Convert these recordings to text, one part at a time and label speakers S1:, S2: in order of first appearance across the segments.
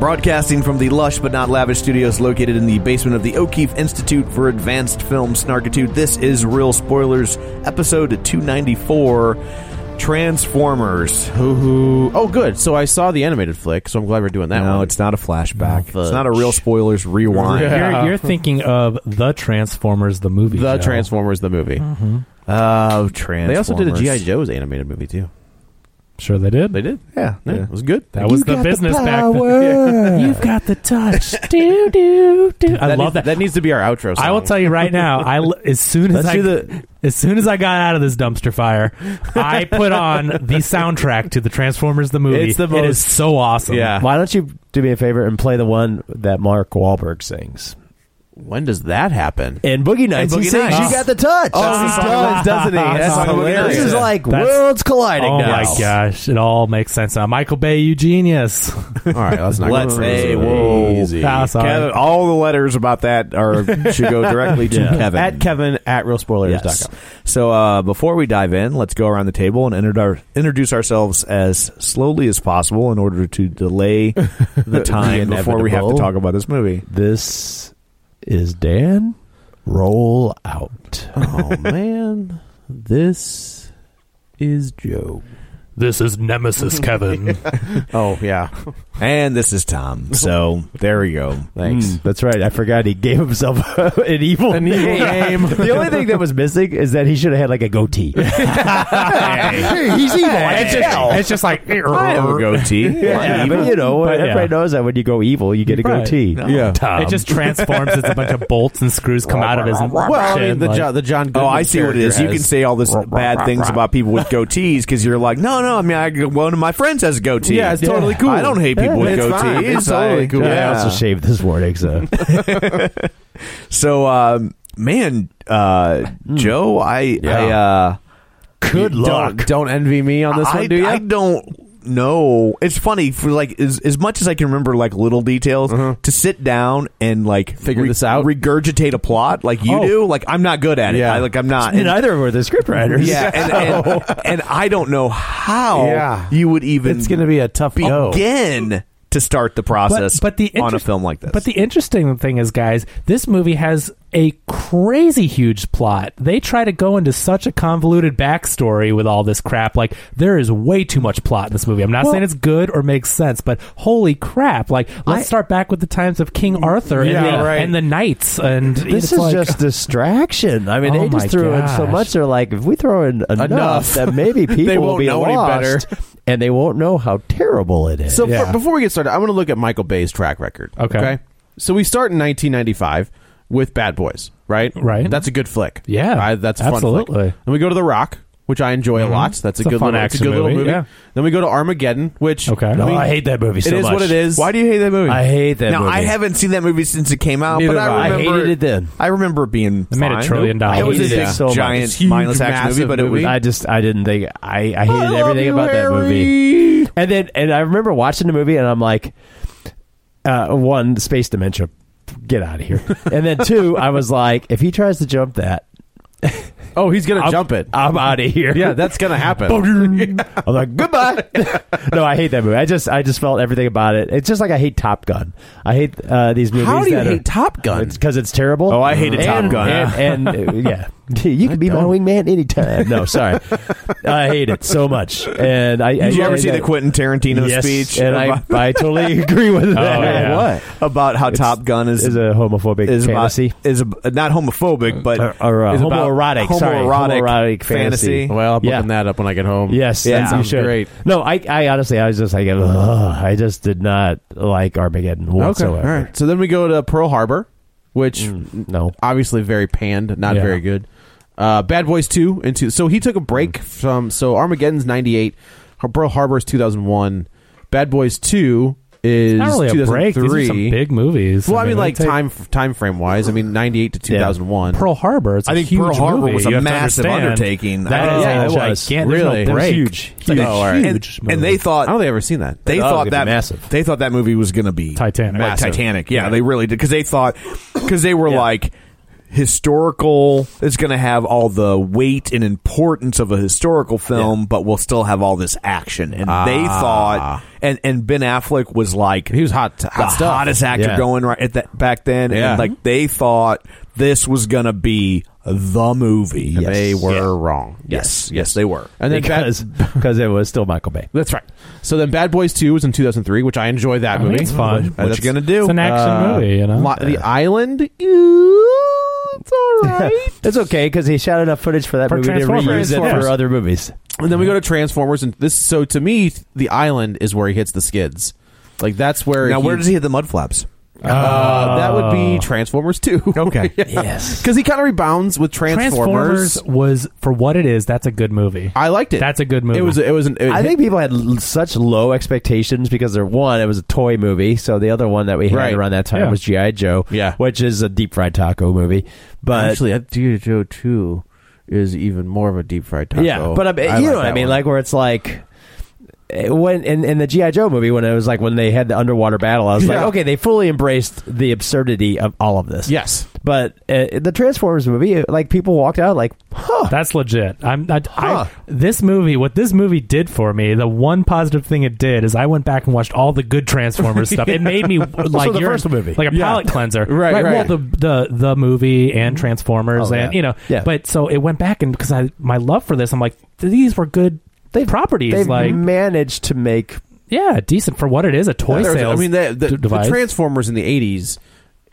S1: Broadcasting from the lush but not lavish studios located in the basement of the O'Keefe Institute for Advanced Film Snarkitude, this is Real Spoilers, episode 294 Transformers. Hoo hoo.
S2: Oh, good. So I saw the animated flick, so I'm glad we're doing that
S1: No,
S2: one.
S1: it's not a flashback.
S2: Fudge.
S1: It's not a Real Spoilers rewind.
S3: You're, you're thinking of the Transformers, the movie.
S2: the
S3: Joe.
S2: Transformers the movie.
S3: Mm-hmm.
S1: Oh, Transformers.
S2: They also did a GI Joe's animated movie too.
S3: Sure, they did.
S2: They did.
S1: Yeah.
S2: Yeah, it was good.
S3: That was the business back then. You've got the touch. do do do. I love
S2: That needs-
S3: that.
S2: That needs to be our outro. Song.
S3: I will tell you right now. I l- as soon as
S2: Let's
S3: I
S2: do the-
S3: as soon as I got out of this dumpster fire, I put on the soundtrack to the Transformers the movie.
S2: It's the
S3: It
S2: most-
S3: is so awesome.
S2: Yeah.
S4: Why don't you do me a favor and play the one that Mark Wahlberg sings?
S2: When does that happen?
S4: And Boogie Nights,
S2: And Boogie
S4: he sings
S2: Nights.
S4: You Got the Touch.
S2: Oh, he does, doesn't he? That's
S3: That's
S2: hilarious.
S4: This is like
S3: That's-
S4: worlds colliding
S3: Oh
S4: now.
S3: my gosh! It all makes sense now. Michael Bay, you genius.
S2: All right, let's not.
S1: Let's-
S2: go
S1: hey,
S3: whoa.
S2: Easy.
S3: Ah, sorry.
S2: Kevin, all the letters about that are should go directly to
S1: Yeah.
S2: Kevin
S1: At
S2: Kevin at RealSpoilers.com.
S1: Yes. So uh, before we dive in, let's go around the table and inter- introduce ourselves as slowly as possible in order to delay the time before we have to
S4: inevitable.
S1: talk about this movie.
S4: This is Dan. Roll out.
S2: Oh man, this is Joe.
S3: This is Nemesis Kevin.
S2: Oh yeah,
S1: And this is Tom. So there we go.
S4: Hmm.
S2: thanks.
S4: That's right. I forgot he gave himself an evil, an evil name. the only thing that was missing is that he should have had like a goatee. he's evil.
S3: it's, just, it's just like
S1: I have a goatee.
S4: Yeah, but you know,
S3: But, yeah.
S4: everybody knows that when you go evil, you get a
S3: Right.
S4: goatee.
S1: Yeah.
S3: It just transforms. It's a bunch of bolts and screws come out of his.
S2: Well, I mean, the,
S3: like-
S2: John, the John.
S1: Oh,
S2: Goodman
S1: I see what it is.
S2: character
S1: You can
S2: has-
S1: say all this bad things about people with goatees because you're like, no, no. I mean, I, one of my friends has a goatee.
S2: Yeah, it's totally cool.
S1: I don't hate people with
S2: It's
S1: goatees.
S2: fine. It's
S1: I-
S2: totally cool.
S4: I
S1: Yeah.
S4: also shaved this morning, so
S1: So, um, man, uh, Joe, I, I uh,
S4: good
S1: luck.
S2: Don't, don't envy me on this
S1: I,
S2: one, do you?
S1: I don't know. It's funny for like as, as much as I can remember, like little details to sit down and like
S2: Figure this out?
S1: regurgitate a plot like you
S2: Oh.
S1: do. Like I'm not good at it.
S2: Yeah.
S1: I, like I'm not.
S4: and neither were the scriptwriters.
S1: yeah, and, and, and I don't know how
S2: Yeah.
S1: you would even
S4: it's going to be a tough go.
S1: begin to start the process on a film like this.
S3: But the interesting thing is, guys, this movie has a crazy huge plot. They try to go into such a convoluted backstory with all this crap. Like, there is way too much plot in this movie. I'm not saying it's good or makes sense, but holy crap! Like, let's start back with the times of King Arthur and,
S2: Yeah,
S3: the,
S2: right.
S3: and the knights. And
S4: This
S3: it's
S4: is
S3: like-
S4: just distraction. I mean,
S3: Oh
S4: they
S3: my
S4: just threw in so
S3: gosh.
S4: much. They're like, if we throw in enough,
S2: Enough.
S4: that maybe people will
S2: won't
S4: be
S2: know any
S4: lost,
S2: better.
S4: and they won't know how terrible it is.
S2: So
S3: Yeah.
S2: for- before we get started, I want to look at Michael Bay's track record.
S3: Okay.
S2: So we start in 1995 with Bad Boys, right?
S3: Right.
S2: That's a good flick.
S3: Yeah,
S2: Right? That's a
S3: absolutely.
S2: Fun flick. Then we go to The Rock,
S1: which I enjoy
S2: Mhm.
S1: a lot. That's
S2: It's
S1: a
S2: a
S1: good
S2: fun
S1: little, it's a
S2: action
S1: good little
S2: movie,
S1: movie.
S2: yeah.
S1: Then we go to Armageddon, which
S2: Okay.
S1: I
S2: No,
S1: mean,
S2: I hate that movie so
S1: It is
S2: much.
S1: what it is.
S2: Why do you hate that movie? I hate that
S1: now,
S2: movie.
S1: I haven't seen that movie since it came out,
S2: Neither
S1: but
S2: have
S1: I
S2: I. I
S1: remember
S2: hated it then.
S1: I remember it being
S2: I made a
S1: fine.
S2: trillion dollars.
S1: It was a
S2: Hated
S1: big,
S2: it so much.
S1: giant
S2: It's huge,
S1: mindless action
S2: massive
S1: movie, but it was
S2: I just I didn't think I I hated
S1: love
S2: everything
S1: you,
S2: about that movie. And then and I remember watching the movie and I'm like, uh, one space dementia, get out of here. And then two, I was like, if he tries to jump that.
S1: Oh, he's gonna
S2: I'm-
S1: jump it.
S2: I'm out of here.
S1: Yeah, that's gonna happen.
S4: Oh,
S2: I'm like, goodbye. no, I hate that movie. I just, I just felt everything about it. It's just like I hate Top Gun. I hate uh, these movies.
S1: How do you
S2: that are-
S1: hate Top Gun?
S2: It's because it's terrible.
S1: Oh, I hated
S2: and,
S1: Top Gun.
S2: And, and, uh, yeah, you can be my wingman anytime. No, sorry, I hate it so much. And I,
S1: Did
S2: I,
S1: you ever
S2: I-
S1: see the Quentin Tarantino
S2: Yes,
S1: speech? Oh,
S2: And I,
S1: about-
S2: I totally agree with that.
S3: yeah.
S2: What
S1: about how
S2: It's-
S1: Top Gun is
S2: is a homophobic
S1: is
S2: fantasy?
S1: about is ab- not homophobic, but
S2: Or- or, uh,
S1: is about
S2: homoerotic, sorry,
S1: homoerotic,
S2: homoerotic fantasy.
S5: Well, I'm
S2: Yeah.
S5: looking that up when I get home.
S2: Yes,
S1: Yeah,
S2: yes, you
S1: sounds
S2: should.
S5: great.
S2: No, I, I honestly, I was just like, ugh, I just did not like Armageddon
S1: Okay,
S2: whatsoever.
S1: all right. So then we go to Pearl Harbor, which
S3: Mm.
S2: No,
S1: obviously very panned, not
S2: Yeah.
S1: very good. Uh, Bad Boys two and two. So he took a break
S3: Mm.
S1: from so Armageddon's ninety eight, Pearl Harbor's two thousand one, Bad Boys two is
S3: Not really a break. These are
S1: 2003.
S3: some big movies.
S1: Well, I mean,
S3: they
S1: like
S3: take-
S1: time time frame wise, I mean ninety eight to two
S2: Yeah.
S1: thousand one.
S3: Pearl Harbor. It's a
S1: I think
S3: huge
S1: Pearl Harbor
S3: movie.
S1: was a
S3: You have to
S1: massive
S3: understand.
S1: undertaking.
S3: That
S1: I-
S3: is
S1: yeah,
S3: a
S1: it was.
S3: gigantic- there's
S1: Really?
S3: No
S1: It was
S3: break.
S2: huge.
S3: It's like
S2: Huge.
S3: a
S1: And-
S3: huge
S1: and,
S3: movie.
S1: they thought
S5: I don't think I've ever seen that.
S1: they
S2: Oh,
S1: thought
S2: it'd be
S1: that
S2: massive.
S1: they thought that movie was going to be
S3: Titanic.
S1: Like
S3: Massive.
S1: Titanic, yeah, they really did because they thought because they were
S2: Yeah.
S1: like historical. It's going to have all the weight and importance of a historical film, but we'll still have all this action. And they thought, and and Ben Affleck was like
S5: Ah. He was hot, hot
S1: the
S5: stuff.
S1: hottest actor
S2: Yeah.
S1: going right at that back then,
S5: Yeah.
S1: and like they thought this was going to be the movie.
S2: Yes.
S1: They were
S2: Yeah.
S1: wrong.
S2: Yes.
S1: yes, yes, they were.
S2: and then because because it was still Michael Bay.
S1: That's right. So then, Bad Boys Two was in 2003, which I enjoy that
S3: mean,
S1: movie.
S3: it's fun.
S1: What, you gonna do?
S3: It's an action movie, you know?
S1: Lo- the Island. ew, It's all right.
S2: it's okay because he shot enough footage for that
S3: For
S2: movie to
S3: Transformers.
S2: reuse it
S3: Transformers.
S2: for other movies.
S1: and then we go to Transformers, and this. So to me, the Island is where he hits the skids. Like that's where.
S5: Now, where does he
S1: hit the mud flaps? Uh, that would be Transformers Two. Okay.
S2: Yes.
S1: Because he kind of rebounds with Transformers.
S3: Transformers was for what it is. That's a good movie.
S2: Ah.
S1: I liked it.
S3: That's a good movie.
S1: It was. It was. An, it
S2: I
S1: hit-
S2: think people had l- such low expectations because there one, it was a toy movie. So the other one that we had
S1: Right.
S2: around that time
S3: Yeah.
S2: was GI Joe,
S1: Yeah.
S2: which is a deep fried taco movie. But
S5: Actually, that G.I. Joe 2 is even more of a deep fried taco.
S2: yeah, but I mean, you know what I mean, like where it's like eh, when in, in the GI Joe movie when it was like when they had the underwater battle, I was like,
S1: Yeah.
S2: okay, they fully embraced the absurdity of all of this.
S1: Yes.
S2: but uh, the Transformers movie, eh, like people walked out like, huh,
S3: That's legit. I'm I,
S2: Huh.
S3: I, this movie. What this movie did for me, the one positive thing it did is I went back and watched all the good Transformers stuff. It made me like
S2: the
S3: you're-
S2: first movie.
S3: like a
S2: Yeah.
S3: palate cleanser,
S2: Right, right.
S3: Well, the the the movie and Transformers,
S2: Oh,
S3: and
S2: yeah.
S3: you know,
S2: Yeah.
S3: But so it went back and because I my love for this, I'm like these were good.
S2: They've-
S3: properties
S2: they've
S3: like
S2: managed to make
S3: yeah, decent for what it is. A toy
S1: There was-
S3: sales.
S1: I mean, the, the,
S3: d-
S1: the
S3: device.
S1: Transformers in the '80s,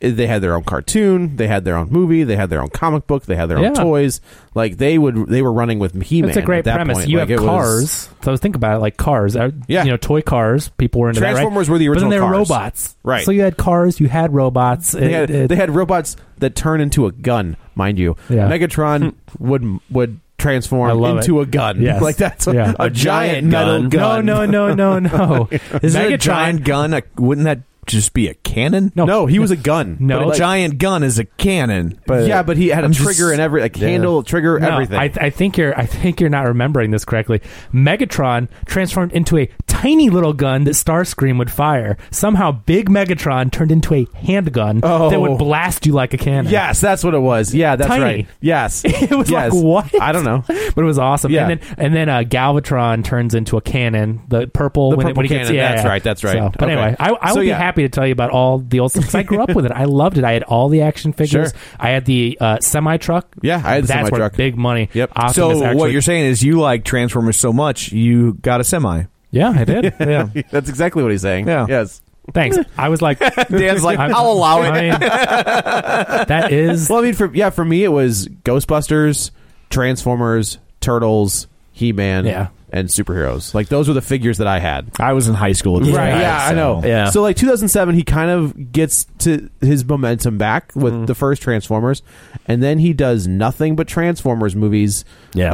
S1: eh, they had their own cartoon, they had their own movie, they had their own comic book, they had their
S3: Yeah.
S1: own toys. Like they would, they were running with He-Man.
S3: It's a great
S1: at that
S3: premise.
S1: Point.
S3: You
S1: Like,
S3: have
S1: it was-
S3: cars. so think about it, like cars. Uh,
S1: Yeah.
S3: You know, toy cars. People were into
S1: Transformers
S3: that, right?
S1: were the
S3: But then
S1: original
S3: they were
S1: cars.
S3: robots.
S1: Right.
S3: So you had cars, you had robots.
S1: they
S3: It-
S1: had,
S3: it-
S1: they had robots that turn into a gun, mind you.
S3: Yeah. Hmm.
S1: Megatron would would
S3: I
S1: transform
S3: love
S1: into
S3: it.
S1: a gun.
S3: Yes.
S1: like that's a-
S3: Yeah.
S1: a,
S3: A
S1: giant,
S2: giant
S1: metal
S2: gun.
S1: gun.
S3: No, no, no, no, no. Is
S1: Megatron-
S3: it a
S1: giant
S5: gun, uh, wouldn't that just be a cannon?
S3: No.
S1: No, he was a gun.
S3: No.
S1: But, like,
S5: giant gun is a cannon.
S1: yeah, but he had a
S5: I'm just-
S1: trigger and every like handle, trigger,
S3: No,
S1: everything.
S3: I, I think you're. I think you're not remembering this correctly. Megatron transformed into a tiny little gun that Starscream would fire. Somehow, Big Megatron turned into a handgun that
S1: Oh.
S3: would blast you like a cannon.
S1: Yes, that's what it was. Yeah, that's
S3: Tiny.
S1: right. Yes,
S3: It was
S1: yes.
S3: like, what?
S1: I don't know.
S3: but it was awesome.
S1: Yeah.
S3: And then and then uh, Galvatron turns into a cannon, the purple.
S1: The
S3: when it,
S1: purple
S3: when he gets,
S1: cannon,
S3: yeah,
S1: that's
S3: yeah.
S1: right, that's right.
S3: So, but
S1: Okay.
S3: anyway, I, I
S1: So,
S3: would
S1: yeah.
S3: be happy to tell you about all the old stuff because I grew up with it. I loved it. I had all the action figures.
S1: Sure.
S3: I had the uh, semi truck.
S1: Yeah, I had the
S3: That's where
S1: semi-truck.
S3: Big money.
S1: Yep.
S3: Optimus
S5: so what
S3: actually-
S5: you're saying is you like Transformers so much you got a semi.
S3: Yeah, I did. yeah.
S1: That's exactly what he's saying.
S5: Yeah.
S1: Yes.
S3: Thanks. I was like,
S5: Dan's like,
S3: I'm-
S5: "I'll allow it."
S3: I mean, that is
S1: Well, I mean, for yeah, for me it was Ghostbusters, Transformers, Turtles, He Man.
S3: Yeah.
S1: and superheroes. Like those were the figures that I had.
S6: I was in high school. At this
S1: Right.
S6: point,
S1: Yeah, I
S6: so-
S1: know.
S2: Yeah.
S1: So like 2007, he kind of gets to his momentum back with
S6: Mm-hmm.
S1: the first Transformers, and then he does nothing but Transformers movies.
S2: Yeah.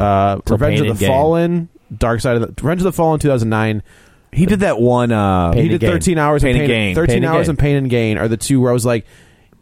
S1: Uh,
S2: Till
S1: Revenge of
S2: Pain
S1: the
S2: and Gain.
S1: Fallen, Dark Side of the Revenge of the Fallen, 2009.
S6: He did that one. Uh,
S1: he did 13 hours
S6: Pain
S1: of
S6: and Gain.
S1: 13
S2: Pain and
S1: hours
S2: Gain.
S1: of pain and gain are the two where I was like,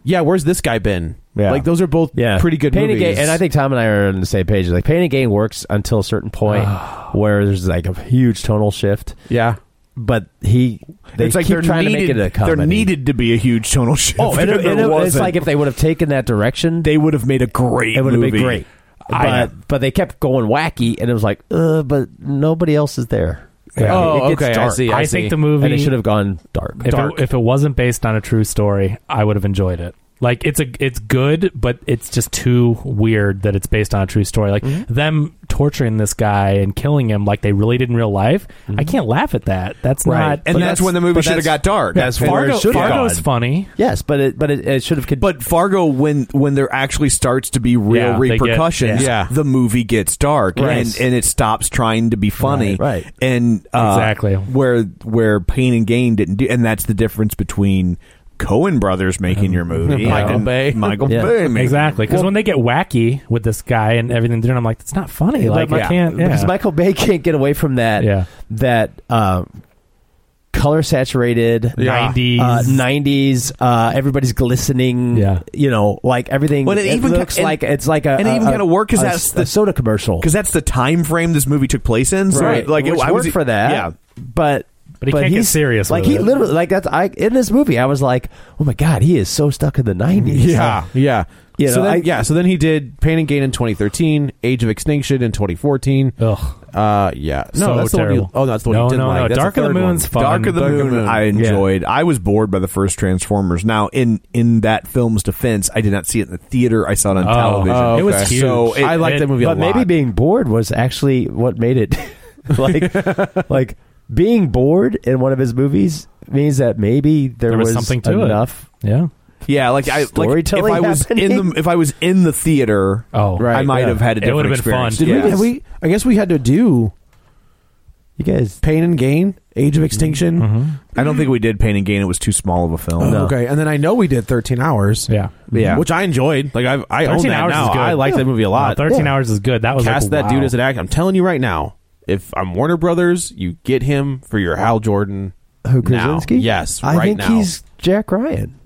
S1: yeah, where's this guy been?
S6: Yeah.
S1: Like those are both
S2: yeah,
S1: pretty good
S2: Pain
S1: movies.
S2: And, gain, and I think Tom and I are on the same page. Like pain and gain works until a certain point where there's like a huge tonal shift.
S1: yeah.
S2: But he, they
S6: it's like
S2: keep
S6: they're
S2: trying
S6: needed,
S2: to make it a comedy.
S6: There needed to be a huge tonal shift.
S2: Oh, and,
S6: there
S2: it- and it- it's
S6: wasn't.
S2: like if they would have taken that direction,
S6: they would have made a great.
S2: it would have been
S6: movie.
S2: great.
S6: I-
S2: But but they kept going wacky, and it was like, uh, but nobody else is there.
S3: Yeah.
S1: Oh,
S2: It gets
S1: okay, I
S2: dark.
S1: see,
S3: I,
S1: see.
S3: think the movie
S2: and it should have gone dark.
S3: if
S2: dark.
S3: it, if it wasn't based on a true story, I would have enjoyed it. Like it's a it's good, but it's just too weird that it's based on a true story. Like
S2: Mm-hmm.
S3: them torturing this guy and killing him like they really did in real life. I
S2: Mm-hmm.
S3: can't laugh at that. That's not.
S6: and
S3: but
S6: that's, when the movie should have got dark.
S2: that's where
S3: Fargo,
S2: it should have
S3: Fargo's
S2: gone.
S3: funny.
S2: yes, but it but it, it should have. con-
S6: But Fargo, when when there actually starts to be real
S3: Yeah, they get-
S6: repercussions,
S1: yeah.
S6: the movie gets dark
S2: Right.
S6: and, and it stops trying to be funny.
S2: Right, right.
S6: And uh,
S3: Exactly.
S6: where where Pain and Gain didn't do, and that's the difference between Cohen Brothers making your movie,
S3: Michael
S6: and
S3: Bay.
S6: Michael
S2: Yeah.
S6: Bay, making-
S3: Exactly, because when they get wacky with this guy and everything, they're doing, I'm like, it's not funny. Like
S2: But
S3: I can't. Yeah.
S2: because Michael Bay can't get away from that.
S3: Yeah.
S2: that uh, color saturated
S3: Yeah. 90s.
S2: nineties. Uh, everybody's glistening.
S3: Yeah.
S2: you know, like everything.
S6: Well,
S2: When
S6: it
S2: it,
S6: even ca-
S2: looks
S6: and-
S2: like it's like a
S6: and it even
S2: a-
S6: kinda worked 'cause
S2: a-
S6: that's
S2: a
S6: the-
S2: soda commercial.
S6: because that's the time frame this movie took place in. So
S2: right,
S6: like
S2: Which
S6: it, I was
S2: worked for that.
S6: Yeah,
S2: but.
S3: But he can't get
S2: he's-
S3: serious
S2: Like
S3: with
S2: he
S3: it.
S2: literally, like that's I in this movie. I was like, oh my god, he is so stuck in the nineties.
S1: Yeah, yeah.
S2: You
S1: so
S2: know,
S1: then,
S2: I-
S1: yeah, so then he did Pain and Gain in 2013, Age of Extinction in 2014.
S3: Ugh.
S1: Uh, yeah. No,
S3: So
S1: that's the one
S3: terrible.
S1: you, Oh, that's the one
S3: No,
S1: you didn't
S3: no,
S1: like.
S3: no.
S1: That's
S3: Dark of the
S1: third one.
S3: Moon's fun.
S6: Dark of the
S3: Dark of the
S6: Moon,
S3: Moon.
S6: I enjoyed. I was bored by the first Transformers. Now, in in that film's defense, I did not see it in the theater. I saw it on
S3: Oh.
S6: television.
S3: Oh, It was okay.
S6: So
S3: huge.
S6: it-
S1: I liked
S3: It-
S1: that movie a
S2: but
S1: lot.
S2: maybe being bored was actually what made it like like being bored in one of his movies means that maybe there,
S3: There was something to it.
S2: enough
S3: Yeah.
S6: yeah, like I like if
S2: Storytelling
S6: I was in
S2: happening?
S6: the if I was in the theater,
S3: Oh.
S2: Right,
S6: I might
S2: yeah.
S6: have had a
S3: It
S6: different
S3: would've been
S6: experience.
S3: fun.
S6: Yeah.
S3: Did
S1: Yeah, we, I guess we had to do
S2: you guys
S1: Pain and Gain, Age of Extinction.
S3: Mm-hmm.
S6: I don't think we did Pain and Gain. It was too small of a
S3: Oh,
S6: film.
S2: No.
S1: Okay, and then I know we did 13 hours.
S3: Yeah.
S6: Yeah.
S1: Which I enjoyed. Like I, I own
S3: 13
S1: that
S3: hours
S1: now.
S3: is good.
S1: I like that movie a
S3: Wow,
S1: lot.
S3: Thirteen
S1: Yeah.
S3: hours is good. That was
S1: cast
S3: like,
S1: that dude
S3: wow.
S1: as an actor. I'm telling you right now, if I'm Warner Brothers, you get him for your Hal Jordan
S2: who
S1: now.
S2: Krasinski?
S1: Yes,
S2: I
S1: right
S2: think
S1: now.
S2: he's Jack Ryan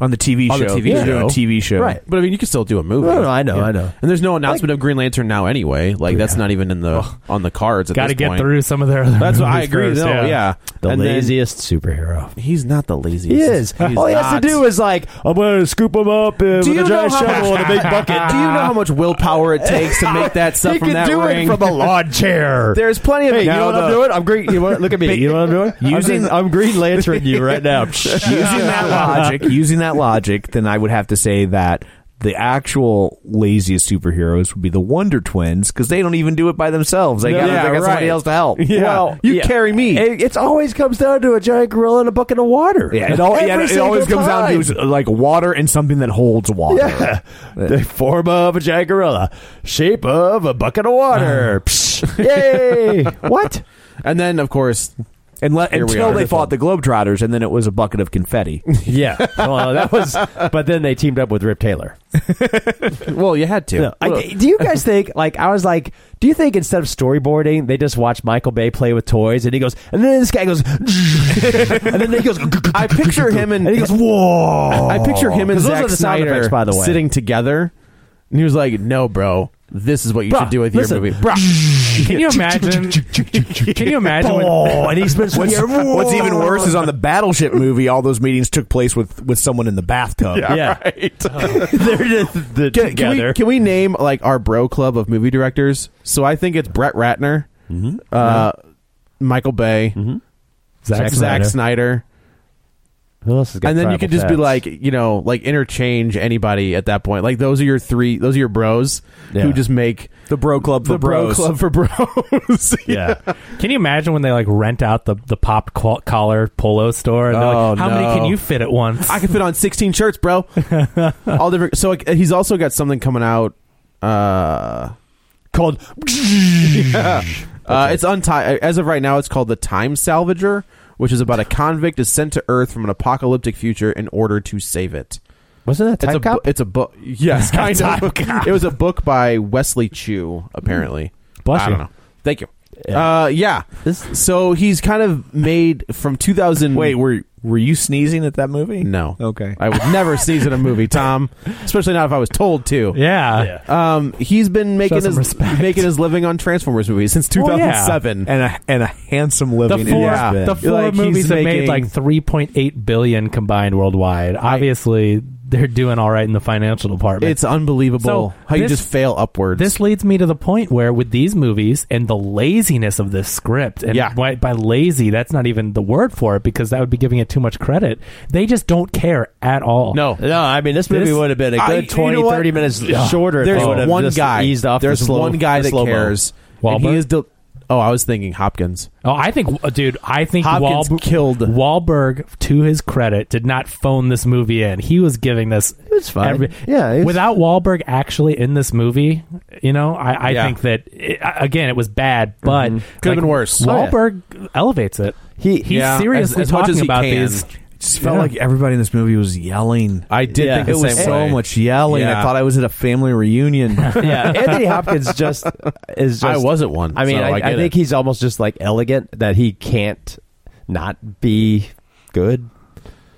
S6: on the TV
S1: on the
S6: show.
S1: TV
S6: Yeah.
S1: show.
S6: On the TV show.
S2: Right.
S1: But I mean, you can still do a movie.
S3: Oh,
S2: No, no, I know, I know.
S1: And there's no announcement of Green Lantern now anyway. Like that's not even in the on the cards. At
S3: Got to
S1: this
S3: Oh. get
S1: point.
S3: through some of their other.
S1: That's what I
S3: movies
S1: agree.
S3: first,
S1: no, yeah.
S2: the
S1: And then-
S2: laziest superhero
S1: he's not the laziest.
S2: he is
S1: He's
S2: all he has
S1: not.
S2: to do is like I'm gonna scoop him up uh, with
S1: Do
S2: a
S1: you know
S2: giant
S1: how
S2: shovel and a big bucket
S1: Do you know how much willpower it takes to make that stuff
S2: he
S1: from
S2: can
S1: that
S2: do
S1: ring?
S2: it from a lawn chair
S1: There's plenty of
S2: Hey, you know
S1: Now
S2: what I'm
S1: the-
S2: doing? I'm green. You want, look at me. You know what I'm doing?
S6: Using-
S2: I'm, I'm Green Lantern you right now.
S6: using that logic, using that logic, then I would have to say that the actual laziest superheroes would be the Wonder Twins because they don't even do it by themselves. They got,
S1: Yeah,
S6: they got somebody
S1: right.
S6: else to help.
S1: Yeah.
S2: Well,
S1: you
S2: yeah.
S1: carry me.
S2: It, it's always comes down to a giant gorilla and a bucket of water.
S6: Yeah, it, al-
S2: Every
S6: yeah, it
S2: single
S6: always comes
S2: time.
S6: down to like water and something that holds water.
S2: yeah, the form of a giant gorilla, shape of a bucket of water. Psh. Yay! what?
S1: And then, of course,
S6: Unle-
S1: Here we
S6: until
S1: are.
S6: they fought the Globetrotters, and then it was a bucket of confetti.
S2: Yeah, well, that was. But then they teamed up with Rip Taylor.
S1: well, you had to.
S2: No, I- do you guys think like I was like? Do you think instead of storyboarding, they just watch Michael Bay play with toys, and he goes, and then this guy goes, and then he goes.
S1: I picture him and,
S2: And he goes, whoa!
S1: I picture him and
S2: 'Cause those
S1: Zack
S2: are the sound
S1: Snyder
S2: effects, by the way.
S1: sitting together, and he was like, "No, bro, this is what you
S2: Bruh,
S1: should do with
S2: listen.
S1: your movie." Bruh.
S3: Can you imagine? can you imagine? When,
S2: oh, and he spends
S6: What's,
S2: yeah, whoa.
S6: what's even worse is on the Battleship movie, all those meetings took place with, with someone in the bathtub.
S2: Yeah, they're just the,
S1: Can, can
S2: together.
S1: we, can we name like our bro club of movie directors? So I think it's Brett Ratner,
S2: Mm-hmm.
S1: uh, Michael Bay,
S3: Zack
S1: Zack Snyder.
S2: Who else has got
S1: and then you
S2: tribal
S1: could just be
S2: tats?
S1: like, you know, like interchange anybody at that point. Like those are your three, those are your bros
S2: Yeah.
S1: who just make
S6: The bro club for
S1: the
S6: bros.
S1: bro club for bros.
S2: yeah.
S3: can you imagine when they like rent out the the pop co- collar polo store? And they're
S1: Oh,
S3: like, How many
S1: no.
S3: can you fit at once?
S1: I can fit on 16 shirts, bro. All different. So like, he's uh, also got something coming out. Uh,
S2: Called
S1: Uh, it's untied as of right now. It's called the Time Salvager, which is about a convict is sent to Earth from an apocalyptic future in order to save it.
S7: Wasn't that
S1: It's
S7: Time
S1: a
S7: Cop?
S1: bu- it's a book. Yes, kind of. It was a book by Wesley Chu, apparently.
S3: Bless
S1: I
S3: you.
S1: don't know. Thank you. Yeah. Uh, yeah.
S7: This-
S1: so he's kind of made from 2000.
S2: Wait, were were you sneezing at that movie?
S1: no.
S2: Okay.
S1: I would never sneeze in a movie, Tom. Especially not if I was told to.
S3: Yeah.
S1: Um, he's been making
S3: some
S1: his
S3: respect.
S1: making his living on Transformers movies since
S3: Well, yeah.
S1: 2007.
S2: Oh, And a and a handsome
S3: The
S2: living.
S3: four,
S2: it has been.
S3: the four
S1: Like, he's
S3: movies have made
S1: making-
S3: like 3.8 billion combined worldwide. Obviously, they're doing all right in the financial department.
S1: It's unbelievable
S3: So,
S1: how you
S3: this-
S1: just fail upwards.
S3: This leads me to the point where, with these movies and the laziness of this script, and
S1: Yeah.
S3: by, by lazy, that's not even the word for it because that would be giving it too much credit. They just don't care at all.
S1: no,
S7: No, I mean this movie
S3: This-
S7: would have been a
S1: I-
S7: good
S1: you know
S7: twenty, thirty 20,
S1: what?
S7: 30 minutes shorter. if
S1: There's
S7: they would have
S1: one
S7: just
S1: guy.
S7: eased off. the
S1: there's
S7: slow-
S1: one guy
S7: the
S1: that
S7: slow-mo.
S1: cares. And
S3: Wahlberg?
S1: he is del- oh, I was thinking Hopkins.
S3: Oh, I think, uh, dude, I think
S1: Hopkins
S3: Wahlberg,
S1: killed-
S3: Wahlberg, to his credit, did not phone this movie in. He was giving this.
S7: It's fine. yeah, it's,
S3: without Wahlberg actually in this movie, you know, I, I
S1: Yeah.
S3: think that it, again it was bad, but
S1: Could've been worse.
S3: Wahlberg elevates it.
S7: He-
S3: he's
S1: yeah,
S3: seriously
S1: as- as much
S3: talking
S1: as he
S3: about
S1: can.
S3: these.
S2: It just felt like everybody in this movie was yelling.
S1: I did
S7: Yeah.
S1: think the
S2: it was
S1: same
S2: so
S1: way.
S2: much yelling.
S1: Yeah.
S2: I thought I was at a family reunion.
S7: yeah. Anthony Hopkins just is. Just,
S1: I wasn't one,
S7: I mean,
S1: so
S7: I,
S1: I
S7: I,
S1: get
S7: think
S1: it.
S7: he's almost just like elegant that he can't not be good.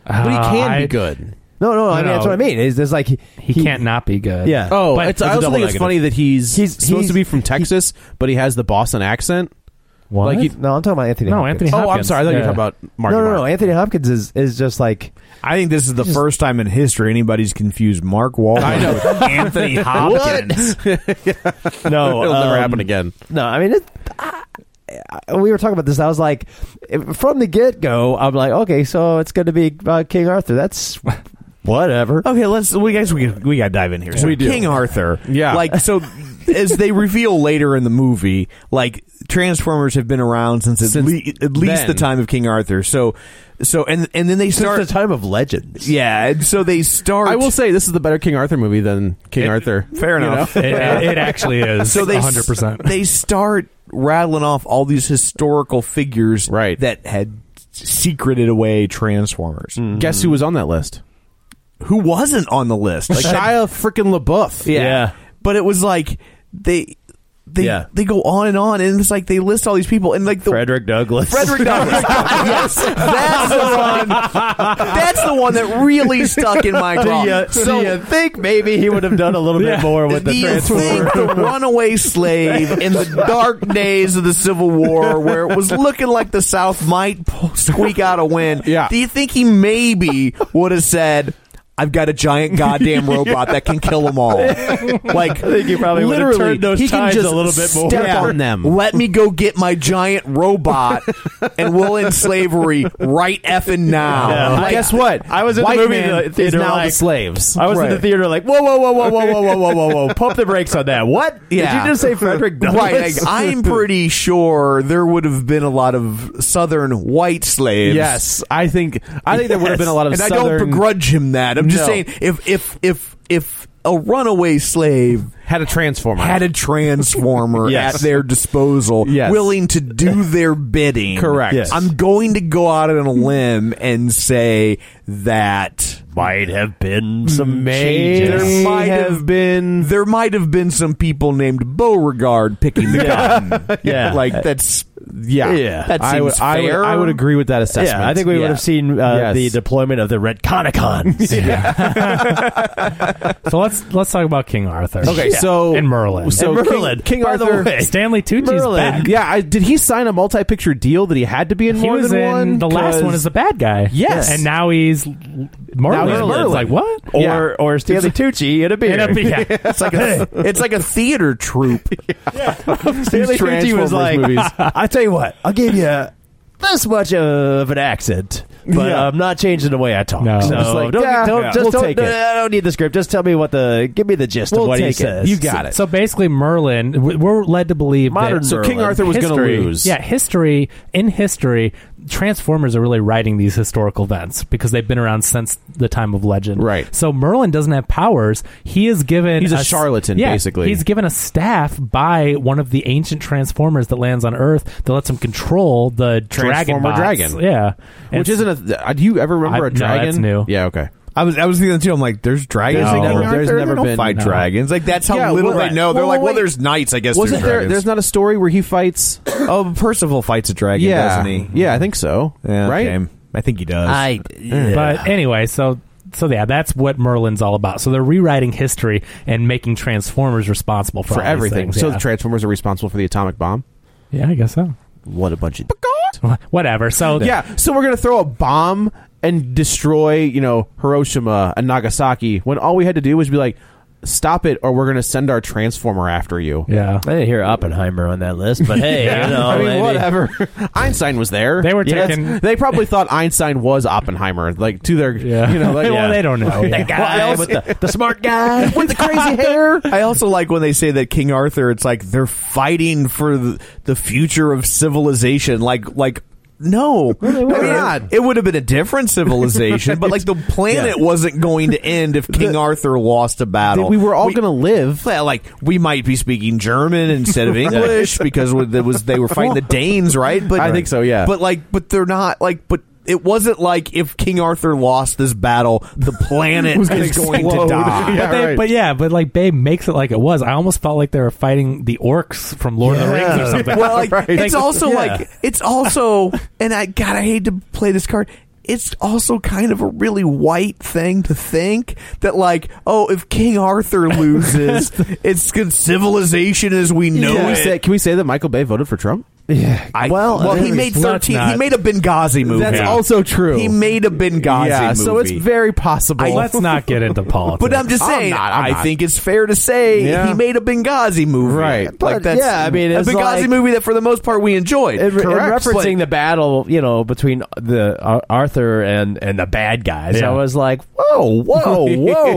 S1: But he can
S3: Uh,
S1: be
S3: I-
S1: good.
S7: No, no, I
S3: No,
S7: mean that's
S3: no.
S7: what I mean. Is there's like he,
S3: He, can't not be good.
S2: Uh,
S7: Yeah.
S1: Oh,
S3: But
S1: it's, I
S3: it's a
S1: also
S3: double
S1: think it's
S3: negative.
S1: funny that he's
S7: He's-
S1: supposed
S7: he's-
S1: to be from Texas, but he has the Boston accent.
S3: What?
S1: Like, you-
S7: No, I'm talking about Anthony.
S3: No,
S7: Hopkins.
S3: Anthony
S1: Oh, I'm
S3: Hopkins.
S1: sorry. I thought you were
S3: Yeah.
S1: talking about Mark.
S7: no, no, no. Anthony Hopkins is is just like
S2: I think this is the first time in history anybody's confused Mark Wahlberg with Anthony Hopkins.
S7: no.
S1: It'll never
S7: um,
S1: happen again.
S7: No, I mean, it, I, I- we were talking about this. I was like, if- from the get go, I'm like, okay, so it's going to be about King Arthur. That's whatever.
S2: Okay, let's. We guys, we we gotta dive in here. So
S1: We do.
S2: King Arthur.
S1: Yeah.
S2: Like so, as they reveal later in the movie, like Transformers have been around since at,
S1: Since
S2: le- at least
S1: then.
S2: the time of King Arthur. So, so and and then they
S7: Since
S2: start.
S7: the time of legends.
S2: yeah. And so they start.
S1: I will say this is the better King Arthur movie than King Arthur.
S2: Fair
S1: You
S2: enough.
S3: It, it actually is.
S2: so they
S3: 100. percent
S2: they start rattling off all these historical figures
S1: Right.
S2: that had secreted away Transformers.
S1: Guess who was on that list?
S2: Who wasn't on the list? Like,
S1: Shia freaking LaBeouf.
S2: Yeah.
S7: Yeah.
S2: But it was like they they
S7: Yeah.
S2: they go on and on and it's like they list all these people and like the
S7: Frederick Douglass.
S2: Frederick Douglass. yes. That's the one That's the one that really stuck in my
S7: Do
S2: craw.
S7: you,
S2: so
S7: do you think maybe he would have done a little bit more with
S2: do
S7: the
S2: you
S7: Transformer?
S2: think the runaway slave in the dark days of the Civil War, where it was looking like the South might p- squeak out a win?
S1: Yeah.
S2: Do you think he maybe would have said, "I've got a giant goddamn robot that can kill them all"? Like,
S7: I think he probably would've
S2: literally,
S7: turned those
S2: he can
S7: tides
S2: just
S7: a little bit more.
S2: step
S7: Yeah.
S2: on them. Let me go get my giant robot, and we'll end slavery right effing now.
S7: Yeah.
S2: Like,
S1: Guess what?
S7: I was in the
S1: White
S7: movie
S1: man
S7: theater,
S1: is now
S7: like-
S1: the slaves.
S7: I was in the
S2: Right.
S7: theater like, whoa, whoa, whoa, whoa, whoa, whoa, whoa, whoa, whoa, whoa. Pump the brakes on that. What? Did
S2: Yeah.
S7: you just say Frederick Douglass?
S2: Right. Like, I'm pretty sure there would have been a lot of Southern white slaves.
S1: Yes, I think I think there would have been a lot of.
S2: And I
S1: Southern-
S2: don't begrudge him that. I'm just
S1: No.
S2: saying if if if if a runaway slave
S1: had a transformer.
S2: had a transformer
S1: Yes.
S2: at their disposal,
S1: Yes.
S2: willing to do their bidding.
S1: Correct. Yes.
S2: I'm going to go out on a limb and say that
S7: Might have been some
S1: May
S7: changes.
S2: there might
S1: have
S2: have
S1: been.
S2: there might have been some people named Beauregard picking the cotton.
S7: Yeah.
S2: like that's
S1: Yeah,
S7: Yeah.
S2: That
S1: I would,
S2: seems
S1: I would-
S2: fair.
S1: I would agree with that assessment.
S7: Yeah, I think we would have seen uh,
S1: Yes.
S7: the deployment of the Retconicons.
S3: So let's let's talk about King Arthur.
S1: Okay, so
S3: and Merlin.
S1: So
S7: And
S1: King-
S7: Merlin,
S1: King,
S7: by the
S1: Arthur.
S7: way.
S3: Stanley Tucci's
S7: Merlin.
S3: back.
S1: Yeah, I, did he sign a multi-picture deal that he had to be in
S3: He
S1: more
S3: was
S1: than
S3: in
S1: one?
S3: the last
S1: 'Cause-
S3: one is the bad guy.
S1: Yes.
S3: and now he's l- Merlin.
S1: he's Merlin.
S3: It's like what?
S7: or
S1: Yeah.
S7: or Stanley Tucci in a beer.
S3: And a- yeah.
S2: It's like a it's like a theater troupe.
S7: Stanley Tucci was
S1: Transformers
S7: like,
S1: movies.
S7: I tell you what, I'll give you this much of an accent, but
S1: Yeah.
S7: I'm not changing the way I talk.
S3: No.
S7: So
S3: Just
S1: like,
S7: don't,
S1: yeah,
S7: don't,
S1: yeah,
S7: just
S1: we'll
S7: don't,
S1: take it.
S7: I don't need the script. Just tell me what the give me the gist
S1: We'll
S7: of what he
S1: take it.
S7: says.
S1: You got it.
S3: So basically, Merlin, w- we're led to believe
S7: Modern
S3: that
S7: So King
S1: Merlin. Arthur was gonna
S3: history-
S1: lose.
S3: Yeah, history in history, Transformers are really writing these historical events because they've been around since the time of legend.
S1: Right.
S3: So Merlin doesn't have powers. He is given
S1: He's a
S3: s-
S1: charlatan,
S3: yeah,
S1: basically.
S3: He's given a staff by one of the ancient Transformers that lands on Earth that lets him control the dragon.
S1: Transformer
S3: bots.
S1: dragon.
S3: Yeah.
S1: Which isn't a. uh, Do you ever remember
S3: I-
S1: a
S3: no,
S1: dragon?
S3: that's new.
S1: Yeah. Okay.
S8: I was I was thinking too. I'm like, there's dragons.
S1: No.
S8: They never-
S1: Aren't
S8: there's
S1: there?
S8: never
S1: They don't
S8: been
S1: fight
S8: no. dragons. Like that's how
S1: Yeah,
S8: little
S1: well,
S8: they know. They're
S1: well,
S8: like, well,
S1: wait.
S8: there's knights. I guess
S1: Wasn't
S8: there's
S1: there?
S8: dragons.
S1: There's not a story where he fights.
S8: oh, Percival fights a dragon,
S1: yeah.
S8: doesn't he?
S1: Yeah, I think so.
S8: Yeah,
S1: right.
S8: okay. I think he does.
S1: Eh.
S3: But anyway, so so yeah, that's what Merlin's all about. So they're rewriting history and making Transformers responsible for,
S1: For
S3: all these
S1: everything.
S3: things,
S1: So
S3: yeah.
S1: the Transformers are responsible for the atomic bomb.
S3: yeah, I guess so.
S1: What a bunch of.
S3: Whatever. So
S1: Yeah. So we're gonna throw a bomb and destroy, you know, Hiroshima and Nagasaki when all we had to do was be like, stop it, or we're gonna send our transformer after you.
S3: yeah.
S2: I didn't hear Oppenheimer on that list, but hey, you know,
S1: I mean,
S2: maybe-
S1: whatever. Einstein was there.
S3: They were
S1: Yeah, that's-
S3: taking-
S1: They probably thought Einstein was Oppenheimer, like to their,
S3: Yeah.
S1: you know, like,
S3: well, they don't know.
S2: That guy with the, the smart guy.
S1: with the crazy hair.
S8: I also like when they say that King Arthur. It's like they're fighting for the, the future of civilization. Like like. No,
S1: were.
S8: They're not. It would have been a different civilization, but like the planet wasn't going to end if King Arthur lost a battle.
S1: We were all gonna live.
S8: Well, like we might be speaking German instead of English because it was they were fighting the Danes, right? But
S1: I think so, yeah.
S8: But like, but they're not like, but it wasn't like if King Arthur lost this battle, the planet was is going to
S1: explode.
S8: die.
S1: Ah, Yeah,
S3: But, they,
S1: right.
S3: but yeah, but like Babe makes it like it was. I almost felt like they were fighting the orcs from Lord of the Rings or something.
S8: Well, like,
S3: Right.
S8: it's
S3: Like,
S8: also
S3: yeah.
S8: like it's also, and I God, I hate to play this card. It's also kind of a really white thing to think that, like, oh, if King Arthur loses, it's good civilization as we know
S1: Can we,
S8: it.
S1: say, can we say that Michael Bay voted for Trump?
S2: Yeah.
S8: I, well, he made
S3: Let's
S8: thirteen. He
S3: not-
S8: made a Benghazi movie.
S1: That's also true.
S8: He made a Benghazi
S1: yeah,
S8: movie.
S1: so it's very possible.
S3: let's not get into politics.
S8: But I'm just
S1: I'm
S8: saying.
S1: not, I'm
S8: I
S1: not.
S8: think it's fair to say
S1: Yeah.
S8: he made a Benghazi movie.
S1: Right.
S8: Like
S2: But,
S8: that's
S2: yeah, I mean,
S8: a
S2: it's
S8: Benghazi
S2: like-
S8: movie that for the most part we enjoyed.
S2: It, it
S8: Correct.
S2: referencing
S8: But-
S2: the battle, you know, between the Ar- Arthur and and the bad guys.
S3: Yeah.
S2: I was like, whoa, whoa, whoa,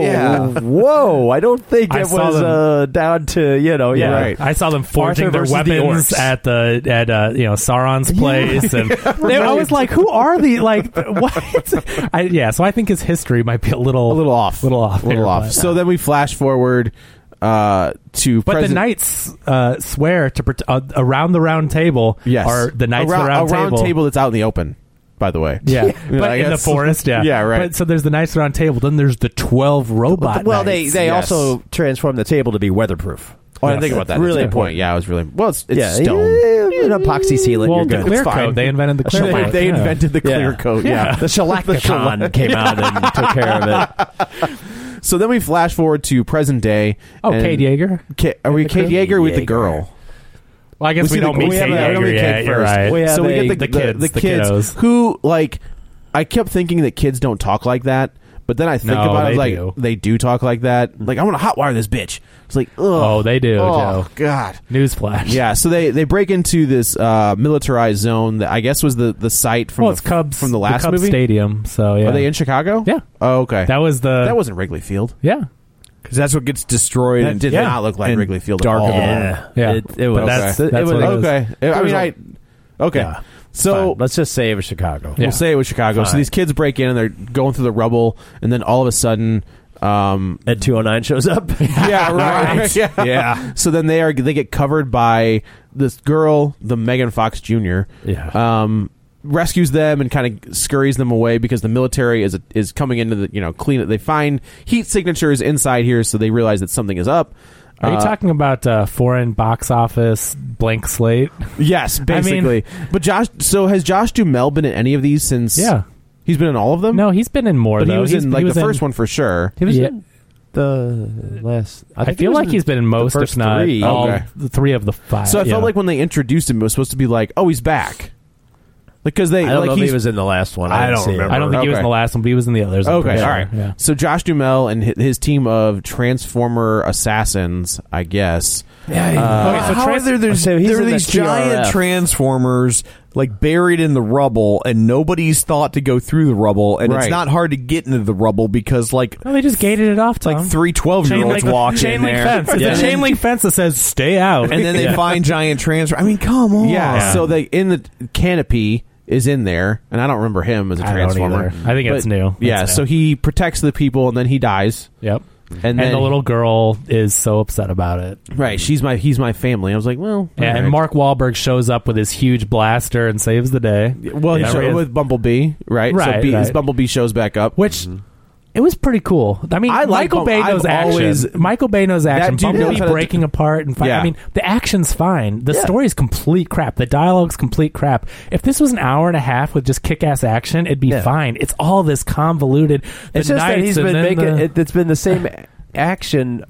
S8: Yeah.
S2: whoa! I don't think
S3: I
S2: it
S3: saw
S2: was
S3: them-
S2: uh, down to you know, yeah.
S3: yeah, I saw them forging
S2: Arthur
S3: their
S2: versus the
S3: weapons
S2: orcs.
S3: at the at uh, you know Sauron's place, and they- I was like, "Who are the like what?" I, yeah, so I think his history might be a little
S1: a little off.
S3: little off,
S1: little
S3: here,
S1: off.
S3: but-
S1: so then we flash forward uh, to
S3: But
S1: President-
S3: the knights uh, swear to prot- uh, around the round table
S1: yes.
S3: are the knights
S1: around,
S3: of the round,
S1: a round
S3: table.
S1: that's out in the open. By the way,
S3: Yeah,
S1: Yeah,
S3: but
S1: I
S3: in the
S1: guess.
S3: forest, yeah,
S1: Yeah, right.
S3: But, so there's the knights round table. Then there's the twelve robot.
S2: Well, they
S3: knights.
S2: they
S1: yes.
S2: also transformed the table to be weatherproof.
S1: Oh, I
S3: Yes.
S1: didn't think about that.
S2: Really
S1: That's a good point.
S2: important.
S1: Yeah, I was really well. It's, it's
S2: yeah,
S1: stone.
S2: yeah, an epoxy sealant.
S3: well
S2: you're
S3: the
S2: good.
S3: clear
S1: It's fine.
S3: coat. They invented the clear
S2: They-
S3: coat.
S1: They
S3: yeah.
S1: invented the clear
S2: Yeah.
S1: coat. Yeah.
S2: The shellacticon came out and took care of it.
S1: So then we flash forward to present day.
S3: Oh,
S1: and-
S3: Kate Yeager.
S1: Ka- are we Kate
S2: Kate
S1: Yeager with the
S2: Yeager.
S1: girl?
S3: Well, I guess we,
S1: see
S3: don't
S1: the-
S3: meet
S1: have a-
S3: Kate
S1: we don't
S3: Yeager
S1: meet
S3: yet.
S1: Kate
S3: You're
S1: first.
S3: right.
S2: We have
S1: so we get the,
S3: the kids,
S1: the,
S3: the
S1: kids
S3: kiddos.
S1: who like. I kept thinking that kids don't talk like that, but then I think
S3: No,
S1: about it
S3: they
S1: like
S3: do.
S1: they do talk like that. Like I want to hotwire this bitch. It's like ugh.
S3: Oh, they do,
S1: Oh
S3: Joe.
S1: God.
S3: Newsflash.
S1: Yeah, so they, they break into this uh, militarized zone that I guess was the, the site from
S3: Well,
S1: the,
S3: it's Cubs
S1: from the last
S3: Cubs
S1: movie.
S3: stadium. So yeah,
S1: Are they in Chicago?
S3: Yeah.
S1: Oh, okay.
S3: that was the
S1: that wasn't Wrigley Field.
S3: yeah.
S8: Because that's what gets destroyed.
S1: That
S8: and-
S1: did
S3: Yeah.
S1: not look like
S8: and
S1: Wrigley Field at
S8: dark
S1: all.
S8: of a
S2: Yeah,
S3: Yeah.
S2: It, it was.
S3: But that's,
S1: Okay.
S3: that's
S2: it was
S3: what it was.
S1: Okay. I mean,
S2: a-
S1: I okay.
S2: Yeah.
S1: So
S2: Fine, let's just save Chicago.
S3: Yeah.
S1: we'll say it was Chicago. So
S2: Fine.
S1: these kids break in and they're going through the rubble, and then all of a sudden, um,
S2: Ed 209 shows up.
S1: yeah, right, yeah.
S2: Yeah.
S1: So then they are they get covered by this girl, the Megan Fox Jr.
S2: Yeah.
S1: Um, rescues them and kind of scurries them away because the military is is coming into the you know clean it. They find heat signatures inside here, so they realize that something is up.
S3: Are you
S1: Uh,
S3: talking about uh, foreign box office blank slate?
S1: Yes,
S3: mean-
S1: basically. but Josh, so has Josh Dumel been in any of these since?
S3: Yeah.
S1: he's been in all of them.
S3: No, he's been in more
S1: but
S3: though.
S1: he was
S3: He's-
S1: in like
S3: was
S1: the first one for sure.
S2: He was
S3: Yeah.
S2: in the last.
S3: I,
S2: think he
S3: feel
S2: was
S3: like
S2: in
S3: he's been in
S2: the
S3: most,
S2: first
S3: if not
S2: three.
S3: all
S1: Okay.
S3: the three of the five.
S1: So I felt
S3: yeah.
S1: like when they introduced him, it was supposed to be like, oh, he's back, because they
S2: I don't
S1: like
S2: know if
S1: he's
S2: he was in the last one.
S1: I
S2: didn't
S1: don't
S2: see it.
S1: remember.
S3: I don't
S8: Uh,
S3: think he was in
S1: Okay.
S3: the last one, but he was in the others. I'm
S1: Okay,
S3: pretty
S1: all
S3: sure.
S1: right.
S3: Yeah.
S1: So Josh Dumel and hi- his team of Transformer assassins, I guess.
S2: Yeah,
S3: Okay, so
S8: How
S3: trans-
S8: are there, there's,
S2: so he's
S8: there are
S2: in the
S8: these giant
S2: TRF.
S8: transformers like buried in the rubble, and nobody's thought to go through the rubble, and
S1: Right.
S8: it's not hard to get into the rubble because like
S3: No, they just gated it off.
S8: like
S3: Tom.
S8: three twelve year
S3: chain
S8: olds
S3: link,
S8: walk
S3: chain
S8: in
S3: link
S8: there,
S3: fence. It's
S8: Yeah.
S3: a chain link fence that says "Stay out,"
S8: and then they
S3: Yeah.
S8: find giant transfer. I mean, come on.
S1: Yeah. So they in the canopy is in there, and I don't remember him as a
S3: I don't
S1: transformer.
S3: either. I think it's new. It's
S1: yeah,
S3: new.
S1: so he protects the people, and then he dies.
S3: Yep.
S1: And,
S3: And,
S1: then
S3: the little girl is so upset about it.
S1: right, she's my he's my family. I was like, well,
S3: Yeah, and Mark Wahlberg shows up with his huge blaster and saves the day.
S1: well, he
S3: Yeah,
S1: showed
S3: right.
S1: up with Bumblebee, right? so
S3: Right,
S1: B, his
S3: right.
S1: Bumblebee shows back up,
S3: which It was pretty cool. I mean,
S1: I like
S3: Michael
S1: Bum-
S3: Bay
S1: I've
S3: knows action.
S1: always-
S3: Michael Bay knows
S1: That
S3: action.
S1: dude knows
S3: Bumblebee
S1: how to-
S3: breaking apart and fight.
S1: Yeah.
S3: I mean, the action's fine. The
S1: Yeah.
S3: story's complete crap. The dialogue's complete crap. If this was an hour and a half with just kick-ass action, it'd be
S2: Yeah.
S3: fine. It's all this convoluted. The
S2: it's just that
S3: knights
S2: he's
S3: and
S2: been
S3: then
S2: making
S3: the-
S2: it, it's been the same action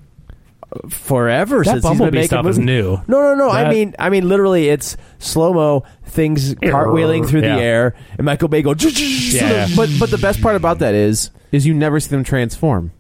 S2: forever
S3: That
S2: since he's
S3: Bumblebee
S2: been making
S3: stuff is
S2: movies.
S3: new.
S2: No, no, no. I
S3: That-
S2: mean, I mean, literally, it's slow mo things cartwheeling through
S3: Yeah.
S2: the air, and Michael Bay go.
S3: Yeah.
S1: But but the best part about that is is you never see them transform.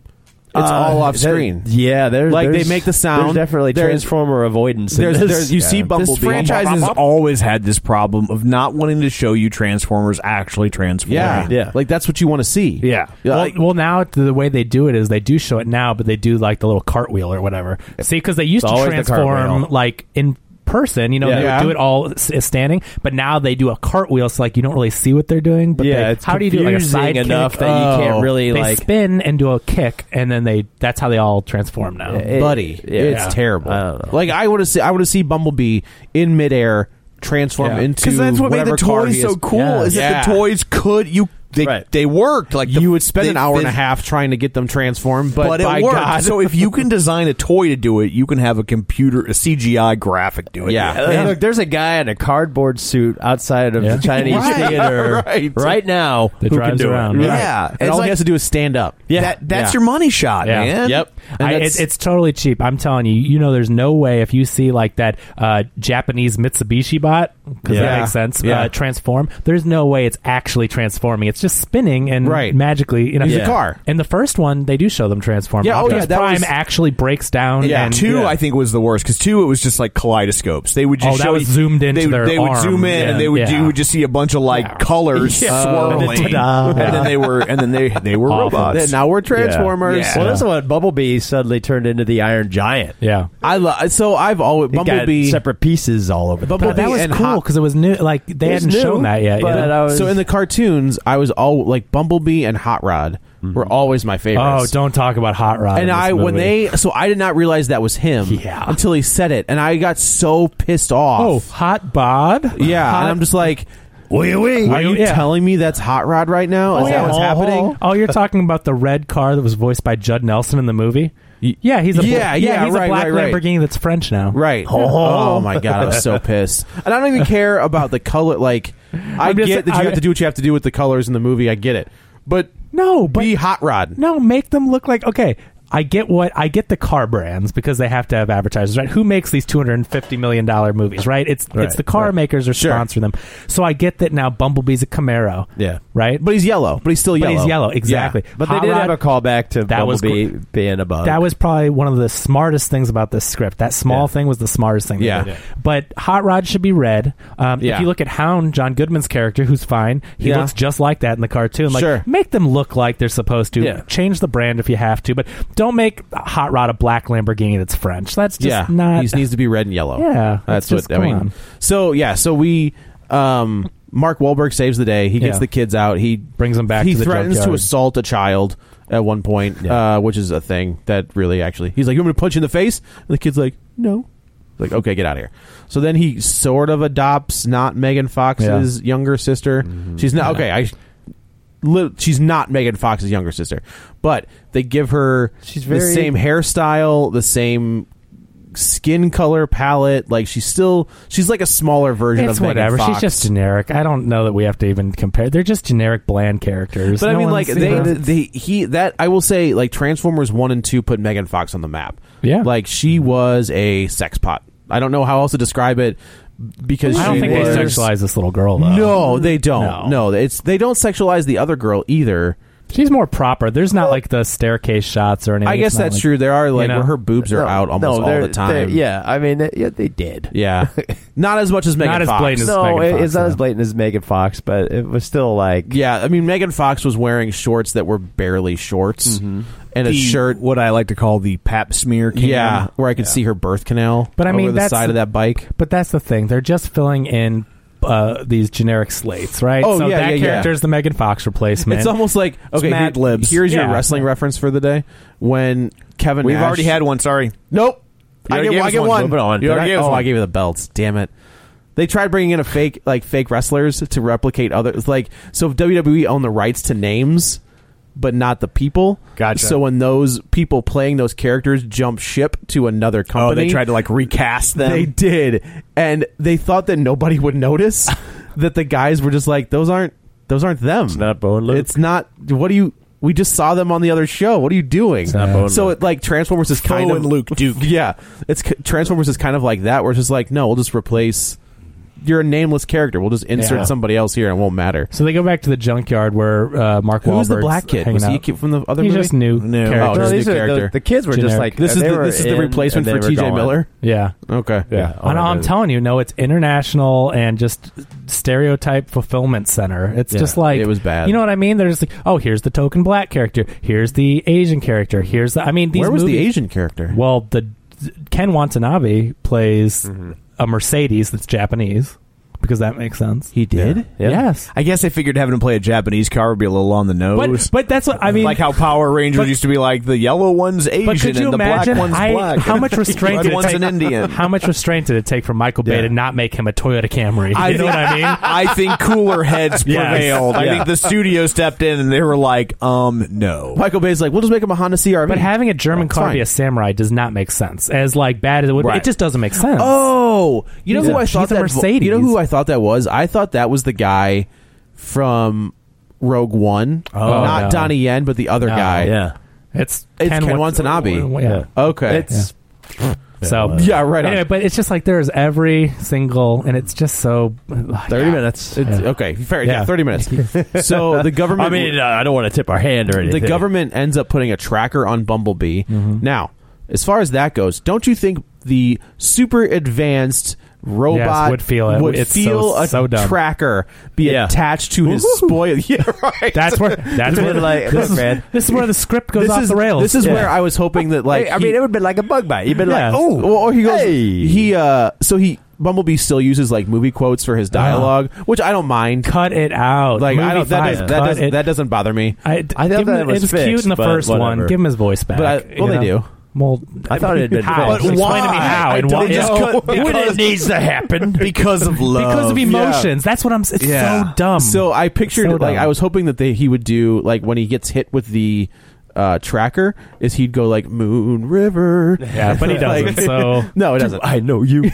S1: It's
S2: Uh,
S1: all off
S2: that-
S1: screen.
S2: yeah, there's
S1: Like, they
S2: there's-
S1: make the sound.
S2: There's definitely
S1: There's-
S2: transformer avoidance. in
S1: there's-
S2: this.
S1: there's- you see Bumblebee.
S8: This franchise has always had this problem of not wanting to show you Transformers actually transforming.
S1: Yeah,
S2: Yeah.
S1: Like that's what you want to see.
S2: Yeah.
S3: Well,
S1: like-
S3: well, now the the way they do it is they do show it now, but they do like the little cartwheel or whatever. See, because they used
S2: It's
S3: to
S2: always the
S3: transform
S2: cartwheel.
S3: like in person, you know, they
S1: Yeah.
S3: would do it all s- standing, but now they do a cartwheel, so like you don't really see what they're doing. But
S2: Yeah,
S3: they-
S2: it's
S3: how do you do it? like a
S2: confusing
S3: side kick?
S2: enough that you can't really,
S3: they
S2: like-
S3: spin and do a kick, and then they that's how they all transform now.
S2: It-
S1: buddy,
S2: yeah.
S1: it's
S2: Yeah.
S1: terrible.
S2: I don't know.
S1: Like I want to see, I want to see Bumblebee in midair transform
S2: Yeah.
S1: into
S8: because that's what made
S1: whatever
S8: the
S1: car
S8: toys
S1: he
S8: so
S1: is.
S8: cool.
S2: Yeah.
S8: Is that the
S1: Yeah.
S8: toys could you they
S2: Right.
S8: they worked like the,
S1: you would spend
S8: they-
S1: an hour and
S8: they-
S1: a half trying to get them transformed, but,
S8: but, it
S1: by
S8: worked.
S1: God,
S8: So if you can design a toy to do it, you can have a computer, a CGI graphic do it.
S1: Yeah.
S2: Hey, look, there's a guy in a cardboard suit outside of
S3: Yeah.
S2: the Chinese
S8: Right.
S2: theater
S8: Right.
S2: right, now
S3: That
S2: who can
S3: drives
S2: do
S3: around.
S2: It.
S3: Yeah.
S8: Yeah.
S1: and
S8: It's
S1: all
S8: like-
S1: he has to do is stand up.
S8: That, that's
S1: Yeah.
S8: your money shot,
S3: Yeah.
S8: man.
S1: Yep. And
S3: I,
S1: that's-
S3: it, it's totally cheap. I'm telling you. You know, there's no way if you see like that uh, Japanese Mitsubishi bot, because
S1: Yeah.
S3: that makes sense.
S1: Yeah.
S3: Uh, transform. There's no way it's actually transforming. It's just spinning and
S1: Right.
S3: magically. You know,
S1: He's a Yeah. car.
S3: In the first one, they do show them transform.
S1: Yeah, oh,
S3: Optimus
S1: yeah, that
S3: Prime
S1: was-
S3: actually breaks down.
S8: Yeah,
S3: and,
S8: two I think was the worst because two it was just like kaleidoscopes. They would just
S3: Oh, that
S8: show
S3: was
S8: you-
S3: zoomed into
S8: they, would-
S3: their
S8: They would
S3: arm.
S8: zoom in
S3: Yeah.
S8: and they would
S3: Yeah.
S8: you would just see a bunch of like colors
S3: Yeah.
S8: swirling,
S3: And then ta-da.
S8: and then they were and then they they were
S3: Oh. Awful.
S8: robots.
S1: now we're transformers.
S8: Yeah.
S2: Well, that's what Bumblebee suddenly turned into the Iron Giant.
S3: Yeah.
S1: I love. So I've always
S2: He got
S1: Bumblebee.
S2: separate pieces all over. the
S1: Bumblebee
S3: But that was
S1: and
S3: cool
S1: Hawk-
S3: because it was new. Like they
S2: It's
S3: hadn't
S2: new,
S3: shown that yet.
S2: but
S3: yeah.
S2: I was-
S1: so in the cartoons, I was all like Bumblebee and Hot Rod were always my favorites.
S3: Mm-hmm. oh, don't talk about Hot Rod. in
S1: and
S3: this
S1: I when
S3: movie.
S1: they so I did not realize that was him
S3: Yeah.
S1: until he said it, and I got so pissed
S3: oh
S1: off.
S3: Hot Bod
S1: yeah,
S3: Hot
S1: and I'm just like, are you
S3: Yeah.
S1: telling me that's Hot Rod right now? Is that what's happening?
S3: Oh, you're talking about the red car that was voiced by Judd Nelson in the movie? Yeah, he's a bla-
S1: yeah, yeah,
S3: he's
S1: right,
S3: a black
S1: right, right.
S3: Lamborghini that's French now.
S1: Right. Oh. my god, I'm so pissed. And I don't even care about the color. Like, I
S3: I'm just-
S1: get that you
S3: I-
S1: have to do what you have to do with the colors in the movie. I get it, but
S3: No, but
S1: be Hot Rod.
S3: no, make them look like okay. I get what I get the car brands because they have to have advertisers, right? Who makes these two hundred and fifty million dollar movies, right? It's
S1: Right,
S3: it's the car
S1: right.
S3: makers are
S1: Sure.
S3: sponsoring them. So I get that now. Bumblebee's a Camaro,
S1: Yeah.
S3: right?
S1: But he's yellow. But he's still
S3: But
S1: yellow.
S3: he's yellow, exactly.
S1: Yeah.
S2: But
S3: Hot
S2: they did
S3: Rod-
S2: have a callback to
S3: That was
S2: Bumblebee being a bug.
S3: That was probably one of the smartest things about this script. That small
S2: Yeah.
S3: thing was the smartest thing. they
S1: Yeah.
S3: did. But Hot Rod should be red. Um,
S1: Yeah.
S3: If you look at Hound, John Goodman's character, who's fine, he
S1: Yeah.
S3: looks just like that in the cartoon. Like,
S1: Sure.
S3: make them look like they're supposed to.
S1: Yeah.
S3: Change the brand if you have to, but don't make Hot Rod a black Lamborghini that's French. That's just
S1: yeah.
S3: not.
S1: He needs to be red and yellow.
S3: Yeah,
S1: That's
S3: it's just-
S1: what I
S3: come
S1: mean.
S3: on.
S1: So yeah. So we. Um, Mark Wahlberg saves the day. He gets
S3: Yeah.
S1: the kids out. He
S3: Brings them back
S1: He
S3: to the
S1: threatens to
S3: junkyard.
S1: assault a child at one point, uh, which is a thing that really actually. He's like, "You want me to punch you in the face?" And the kid's like, "No." He's like, "Okay, get out of here." So then he sort of adopts not Megan Fox's younger sister.
S3: Mm-hmm.
S1: She's not okay. I li- she's not Megan Fox's younger sister, but they give her
S2: She's
S1: the
S2: very-
S1: same hairstyle, the same skin color palette. Like she's still she's like a smaller version
S3: it's
S1: of Megan
S3: whatever.
S1: Fox.
S3: She's just generic. I don't know that we have to even compare. They're just generic bland characters.
S1: But I
S3: No
S1: mean,
S3: one's-
S1: like they, they, he that I will say, like Transformers one and two put Megan Fox on the map.
S3: Yeah.
S1: like she was a sex pot. I don't know how else to describe it because
S3: I don't
S1: she
S3: think they
S1: was-
S3: sexualize this little girl. Though.
S1: No, they don't.
S3: No.
S1: No. it's they don't sexualize the other girl either.
S3: She's more proper. There's not like the staircase shots or anything.
S1: I guess
S3: It's not
S1: that's
S3: like-
S1: true. There are like
S3: know?
S1: where her boobs are
S2: No,
S1: out
S2: no,
S1: almost all
S2: they're-
S1: the time.
S2: they're- Yeah, I mean, they- yeah, they did.
S1: yeah, not as much as Megan
S3: Not as
S1: Fox.
S3: blatant as
S2: no,
S3: Megan
S2: it-
S3: Fox,
S2: it's not
S3: yeah.
S2: as blatant as Megan Fox, but it was still like
S1: Yeah, I mean Megan Fox was wearing shorts that were barely shorts
S9: Mm-hmm.
S1: and a
S8: The-
S1: shirt.
S8: what I like to call the pap smear. Can.
S1: Yeah, where I could see her birth canal.
S3: But I mean,
S1: over the
S3: that's-
S1: side of that bike.
S3: But that's the thing. They're just filling in uh, these generic slates, right?
S1: Oh,
S3: so
S1: yeah,
S3: that
S1: yeah, yeah.
S3: character is the Megan Fox replacement.
S1: It's almost like
S3: It's
S1: okay, here-
S3: Mad Libs.
S1: Here's
S3: Yeah.
S1: your wrestling reference for the day. When Kevin,
S3: We've
S1: Nash-
S3: already had
S9: one. Sorry,
S1: nope.
S9: You
S1: I
S9: already
S1: get,
S9: gave
S1: I
S9: us
S1: get
S9: one.
S1: one.
S9: Moving on.
S1: You
S9: Did
S1: already
S9: I?
S1: gave us
S9: Oh, I
S1: one.
S9: gave
S1: you the belts. Damn it. They tried bringing in a fake, like fake wrestlers to replicate others. Like so, if WWE owned the rights to names, but not the people.
S9: Gotcha.
S1: So when those people playing those characters jump ship to another company,
S9: Oh, they tried to like recast them.
S1: They did, and they thought that nobody would notice that the guys were just like those aren't those aren't them. It's
S2: not Bone
S1: It's not. What do you? We just saw them on the other show. What are you doing?
S2: not Bo and
S1: so it like Transformers is kind
S9: Bo
S1: of
S9: and Luke
S1: Duke. Yeah, it's k- Transformers is kind of like that, where it's just like no, we'll just replace. You're a nameless character. We'll just insert
S3: Yeah.
S1: somebody else here, and it won't matter.
S3: so they go back to the junkyard where uh, Mark
S1: Who
S3: Wahlberg's
S1: was the black kid?
S3: hanging
S1: Was he a
S3: out.
S1: kid from the other
S3: He's
S1: movie?
S3: just new.
S1: Oh,
S3: character.
S1: just new
S2: these are the-
S1: character.
S2: the kids were just like-
S1: this is
S2: they
S1: the,
S2: were
S1: this is the
S2: in
S1: replacement
S2: and
S1: for
S2: they were
S1: T.J.
S2: gone.
S1: Miller.
S3: Yeah.
S1: Okay.
S2: Yeah.
S3: I know, I'm telling you, no, it's international and just stereotype fulfillment center. It's
S1: Yeah,
S3: just like
S1: it was bad.
S3: You know what I mean? They're just like, oh, here's the token black character, here's the Asian character, here's the. I mean, these
S1: Where was the
S3: movies-
S1: Asian character?
S3: Well, the Ken Watanabe plays a Mercedes that's Japanese because that makes sense.
S1: He did.
S2: Yeah.
S3: Yes.
S9: I guess they figured having him play a Japanese car would be a little on the nose.
S3: But, but that's what I mean.
S9: like how Power Rangers
S3: but-
S9: used to be like the yellow one's
S3: but
S9: Asian
S3: could you
S9: and the black
S3: imagine
S9: one's
S3: I-
S9: black.
S3: how much restraint
S9: red
S3: did it
S9: one's
S3: take?
S9: an Indian.
S3: How much restraint did it take for Michael Bay
S1: Yeah.
S3: to not make him a Toyota Camry? You know what I mean?
S9: I think cooler heads
S3: Yes.
S9: prevailed. I
S3: Yeah. Oh,
S9: think the studio stepped in and they were like, um, no.
S1: Michael Bay's like, we'll just make him a Honda CRV.
S3: But having a German
S1: It's
S3: car
S1: fine.
S3: be a samurai does not make sense. As like bad as it would, be,
S9: Right.
S3: it just doesn't make sense.
S1: Oh, you know
S3: He's
S1: who
S3: a-
S1: I thought
S3: he's a
S1: that
S3: Mercedes.
S1: You know who I thought that was? I thought that was the guy from Rogue One.
S3: Oh,
S1: not
S3: no.
S1: Donnie Yen, but the other
S3: No.
S1: guy.
S2: Yeah.
S3: it's
S1: It's Ken Watanabe.
S3: Yeah.
S1: Okay.
S2: It's
S3: So
S1: Yeah, right on.
S3: Anyway, but it's just like there's every single, and it's just so
S2: thirty minutes.
S1: It's- okay. Fair. Yeah.
S3: Yeah.
S1: Thirty minutes. so the government.
S2: I mean, uh, I don't want to tip our hand or anything.
S1: the government ends up putting a tracker on Bumblebee.
S3: Mm-hmm.
S1: Now, as far as that goes, don't you think the super advanced robot
S3: Yes, would feel it.
S1: would
S3: It's so-
S1: feel a
S3: so dumb.
S1: tracker be
S2: Yeah.
S1: attached to his spoil? Yeah, right.
S3: That's where that's where
S2: Like,
S3: this,
S2: look,
S3: is,
S2: man.
S3: this is where the script goes
S1: this
S3: off
S1: is,
S3: the rails.
S1: This is
S3: Yeah.
S1: where I was hoping that like
S2: I mean, it would been like a bug bite. You'd been
S3: Yeah.
S2: like,
S1: oh, well, or he goes
S2: Hey.
S1: he uh so he Bumblebee still uses like movie quotes for
S3: Uh-huh.
S1: his dialogue, which I don't mind.
S3: cut it out.
S1: Like
S3: Movie
S1: I don't that
S3: five,
S1: doesn't, that,
S3: cut
S1: doesn't,
S3: it.
S1: that doesn't bother me.
S3: I,
S2: I thought
S3: give him
S2: that
S3: the-
S2: was
S3: it was cute
S2: fixed,
S3: in the
S2: but
S3: first one.
S2: whatever.
S3: Give him his voice back.
S1: But I-
S3: you
S1: well, they
S3: know?
S1: do.
S3: Well,
S2: I thought it had been
S3: how?
S2: fixed.
S3: Just Explain to me
S9: why?
S3: how and
S9: They
S3: why.
S9: just
S3: Yeah.
S9: cut-
S2: when it needs to happen.
S9: because of love.
S3: because of emotions. That's what I'm. It's
S9: Yeah.
S3: so dumb.
S1: So I pictured
S3: So
S1: like
S3: dumb.
S1: I was hoping that they, he would do like when he gets hit with the uh, tracker is he'd go like Moon River.
S3: yeah, but he doesn't.
S1: Like-
S3: so
S1: No, it doesn't. I know you.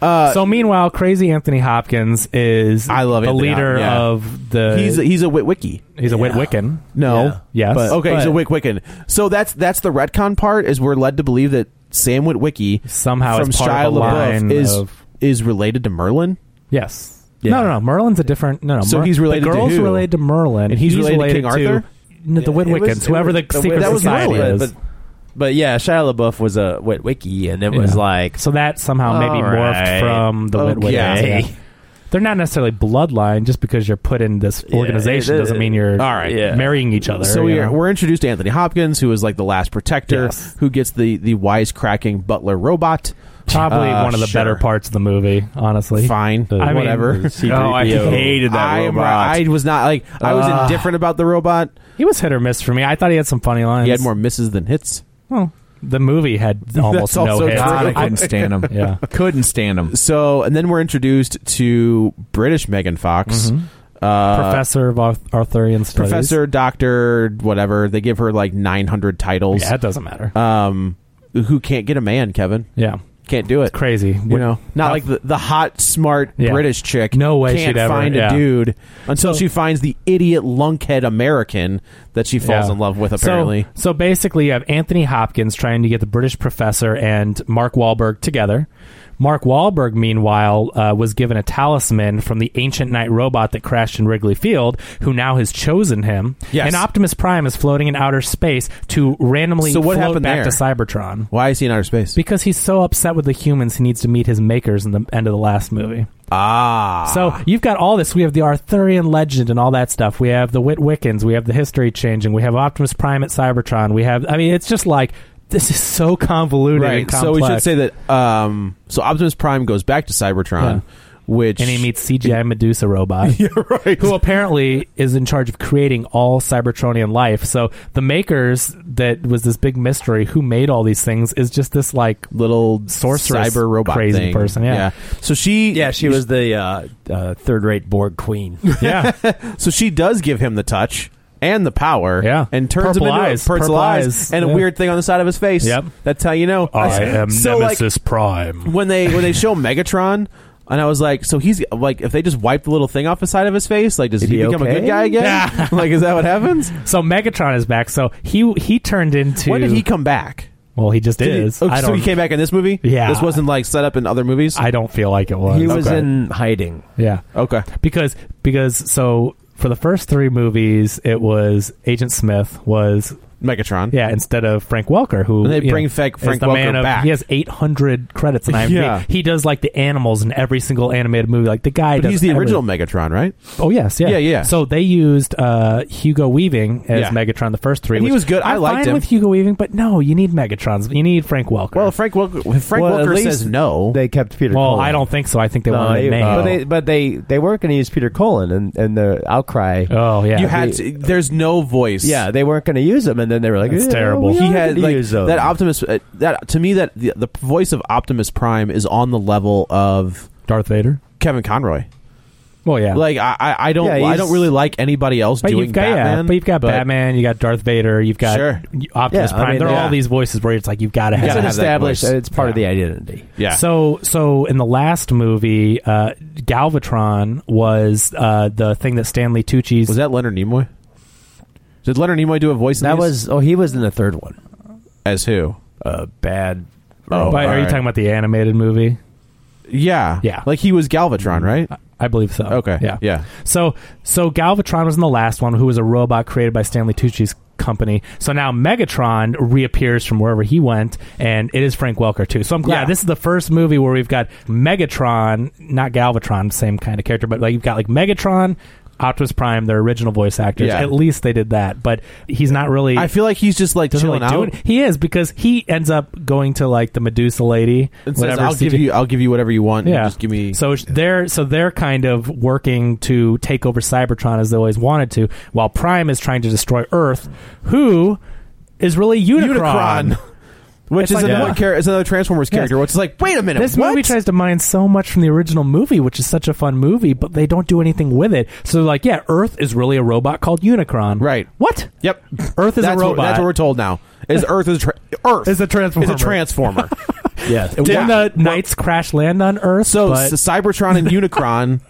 S3: so meanwhile, crazy Anthony Hopkins is
S1: Uh, I love
S3: the
S1: Anthony
S3: leader
S1: Hopkins, yeah.
S3: of the.
S1: he's a, he's a Witwicky.
S3: he's a Witwicken.
S1: No.
S3: Yeah. Yes.
S1: But, okay, he's a
S3: But-
S1: Witwicken. So that's that's the retcon part is we're led to believe that Sam Witwicky
S3: Somehow
S1: from
S3: it's part
S1: Shia
S3: of a line
S1: LaBeouf is
S3: of-
S1: is related to Merlin.
S3: Yes.
S1: Yeah.
S3: No, no, no. Merlin's a different. No, no.
S1: So he's related
S3: The
S1: to
S3: girl's
S1: who?
S3: related to Merlin,
S1: And he's related to King Arthur?
S3: no, the
S2: It was-
S3: Witwickens,
S2: it
S3: whoever
S2: was-
S3: the, secret
S1: that was
S3: society
S1: Merlin,
S3: is.
S2: But, but yeah, Shia LaBeouf was a wet wiki, and it was
S3: Yeah.
S2: like
S3: so that somehow maybe
S2: All
S3: morphed
S2: right.
S3: from the
S2: Okay.
S3: Witwickens. yeah. They're not necessarily bloodline. Just because you're put in this
S2: Yeah,
S3: organization
S2: it-
S3: doesn't mean you're
S1: All right.
S2: Yeah.
S3: marrying each other.
S1: So
S3: you
S1: we are,
S3: know?
S1: we're introduced to Anthony Hopkins, who is like the last protector,
S3: Yes.
S1: who gets the the wisecracking butler robot.
S3: probably
S1: Uh,
S3: one of the
S1: sure.
S3: better parts of the movie. Honestly,
S1: Fine,
S3: I mean,
S1: whatever.
S9: Oh, I hated that
S1: I, am-
S9: robot.
S1: I was not like I was
S3: Ah.
S1: indifferent about the robot.
S3: He was hit or miss for me. I thought he had some funny lines.
S1: He had more misses than hits.
S3: Well, the movie had almost
S1: That's
S3: no
S1: also
S3: hits.
S1: true.
S9: God, I
S3: I-
S9: couldn't stand him.
S3: Yeah.
S9: Couldn't stand him.
S1: So, and then we're introduced to British Megan Fox,
S3: Mm-hmm.
S1: uh,
S3: Professor of Arth- Arthurian Studies.
S1: professor, doctor, whatever. They give her like nine hundred titles.
S3: Yeah, it doesn't matter.
S1: Um, who can't get a man? Kevin
S3: yeah.
S1: can't do it.
S3: Crazy.
S1: You know, not like the, the hot, smart
S3: Yeah.
S1: British chick.
S3: No way
S1: can't
S3: she'd ever-
S1: find
S3: yeah.
S1: a dude until
S3: So-
S1: she finds the idiot lunkhead American that she falls
S3: Yeah.
S1: in love with.
S3: So-
S1: Apparently,
S3: So, basically, you have Anthony Hopkins trying to get the British professor and Mark Wahlberg together. Mark Wahlberg, meanwhile, uh, was given a talisman from the ancient night robot that crashed in Wrigley Field, who now has chosen him.
S1: Yes.
S3: And Optimus Prime is floating in outer space to randomly
S1: So what
S3: float
S1: happened
S3: back
S1: there?
S3: to Cybertron.
S1: why is he in outer space?
S3: Because he's so upset with the humans, he needs to meet his makers in the end of the last movie.
S1: ah,
S3: So you've got all this. We have the Arthurian legend and all that stuff. We have the Witwickens. We have the history changing. We have Optimus Prime at Cybertron. We have. I mean, it's just like this is so convoluted.
S1: right.
S3: And
S1: So we should
S3: complex.
S1: say that. Um, so Optimus Prime goes back to Cybertron, Which
S3: and he meets CGI Medusa robot,
S1: right?
S3: Who apparently is in charge of creating all Cybertronian life. So the makers that was this big mystery who made all these things is just this like
S1: little
S3: sorceress
S1: cyber robot
S3: crazy
S1: thing.
S3: person. Yeah.
S1: So she
S2: Yeah, she was the uh, uh, third-rate Borg queen.
S3: Yeah.
S1: so she does give him the touch and the power.
S3: Yeah.
S1: And turns
S3: Purple
S1: him into
S3: eyes.
S1: a purple,
S3: Purple
S1: eyes,
S3: eyes.
S1: and
S3: Yeah.
S1: a weird thing on the side of his face.
S3: Yep.
S1: That's how you know. So, like,
S3: Prime.
S1: when they when they show Megatron, and I was like, so he's like, if they just wipe the little thing off the side of his face, like, does
S2: Is
S1: he,
S2: he
S1: become a good
S2: okay?
S1: guy again?
S3: Yeah.
S1: like, is that what happens?
S3: So Megatron is back. So he he turned into
S1: When did he come back?
S3: well he just
S1: Did he-
S3: is.
S1: oh,
S3: I
S1: so
S3: don't
S1: he came back in this movie.
S3: Yeah.
S1: This wasn't like set up in other movies.
S3: I don't feel like it was.
S2: He was
S3: Okay.
S2: in hiding.
S3: yeah
S1: okay.
S3: because because so for the first three movies it was Agent Smith was
S1: Megatron.
S3: yeah instead of Frank Welker who
S1: And they
S3: you
S1: bring
S3: know,
S1: Frank-
S3: is
S1: Frank
S3: the man
S1: Welker
S3: of,
S1: back.
S3: he has eight hundred credits and
S1: Yeah.
S3: he, he does like the animals in every single animated movie like the guy
S1: But
S3: does
S1: he's the
S3: everything.
S1: original Megatron, right?
S3: Oh yes, yeah,
S1: Yeah, yeah.
S3: So they used uh, Hugo Weaving as
S1: Yeah.
S3: Megatron the first three.
S1: And he
S3: which
S1: was good. I
S3: I'm
S1: liked
S3: fine
S1: him.
S3: with Hugo Weaving, but no, you need Megatrons. You need Frank Welker.
S1: Well, Frank Welker. Frank
S2: Well, at
S1: Welker
S2: least
S1: says no.
S2: They kept Peter.
S3: Well,
S2: Cullen.
S3: I don't think so. I think they
S2: No,
S3: wanted
S2: they- uh,
S3: a name.
S2: but they but they they weren't going to use Peter Cullen, and and the outcry.
S3: oh yeah,
S1: you had to, there's no voice.
S2: Yeah, they weren't going to use him, and then they were like,
S3: That's
S2: "Yeah,
S3: terrible.
S2: we
S1: he
S2: are
S1: had
S2: gonna
S1: like
S2: use him."
S1: that Optimus. Uh, that to me, that the, the voice of Optimus Prime is on the level of
S3: Darth Vader.
S1: Kevin Conroy.
S3: Well, yeah.
S1: Like I, I I don't,
S2: Yeah,
S1: I
S2: he's-
S1: don't really like anybody else
S3: but
S1: doing
S3: you've got
S1: Batman.
S3: yeah, but you've got Batman, you got Darth Vader, you've got
S1: Sure.
S3: Optimus
S2: Yeah, I
S3: Prime.
S2: mean,
S3: there are
S2: yeah.
S3: all these voices where it's like you've got to
S2: it's
S3: have.
S2: an
S1: gotta have that
S2: established.
S1: voice.
S2: It's part of the
S3: Yeah.
S2: identity.
S1: Yeah.
S3: So so in the last movie, uh, Galvatron was uh, the thing that Stanley Tucci's
S1: was that Leonard Nimoy? Did Leonard Nimoy do a voice? in
S2: That
S1: these?
S2: was. Oh, he was in the third one.
S1: as who?
S2: Uh, bad.
S1: Oh,
S3: but are you
S1: alright.
S3: talking about the animated movie?
S1: Yeah,
S3: Yeah.
S1: Like he was Galvatron, right?
S3: I believe so.
S1: Okay,
S3: Yeah.
S1: yeah.
S3: So so Galvatron was in the last one, who was a robot created by Stanley Tucci's company. So now Megatron reappears from wherever he went, and it is Frank Welker too. So I'm glad
S1: Yeah.
S3: this is the first movie where we've got Megatron, not Galvatron, same kind of character, but like you've got like Megatron. Optimus Prime, their original voice actors.
S1: Yeah.
S3: At least they did that, but he's not really.
S1: I feel like he's just like
S3: doesn't
S1: chilling
S3: really do
S1: out.
S3: it. He is because he ends up going to like the Medusa lady.
S1: And says,
S3: whatever
S1: "I'll give
S3: CGI
S1: you, I'll give you whatever you want.
S3: yeah.
S1: and just give me."
S3: So sh- they're so they're kind of working to take over Cybertron as they always wanted to, while Prime is trying to destroy Earth, who is really Unicron.
S1: Unicron. which
S3: It's
S1: is
S3: like,
S1: another
S3: yeah.
S1: character, is another Transformers
S3: Yes.
S1: character. Which is like, wait a minute,
S3: This
S1: what?
S3: movie tries to mine so much from the original movie, which is such a fun movie, but they don't do anything with it. So they're like, yeah, Earth is really a robot called Unicron.
S1: Right.
S3: What?
S1: Yep.
S3: Earth is a
S1: that's
S3: robot.
S1: What, that's what we're told now. Is Earth is tra- Earth
S3: Is a
S1: is
S3: transformer.
S1: a transformer.
S2: Yes.
S3: And
S1: Yeah.
S3: When the knights crash land on Earth,
S1: so
S3: but-
S1: s- Cybertron and Unicron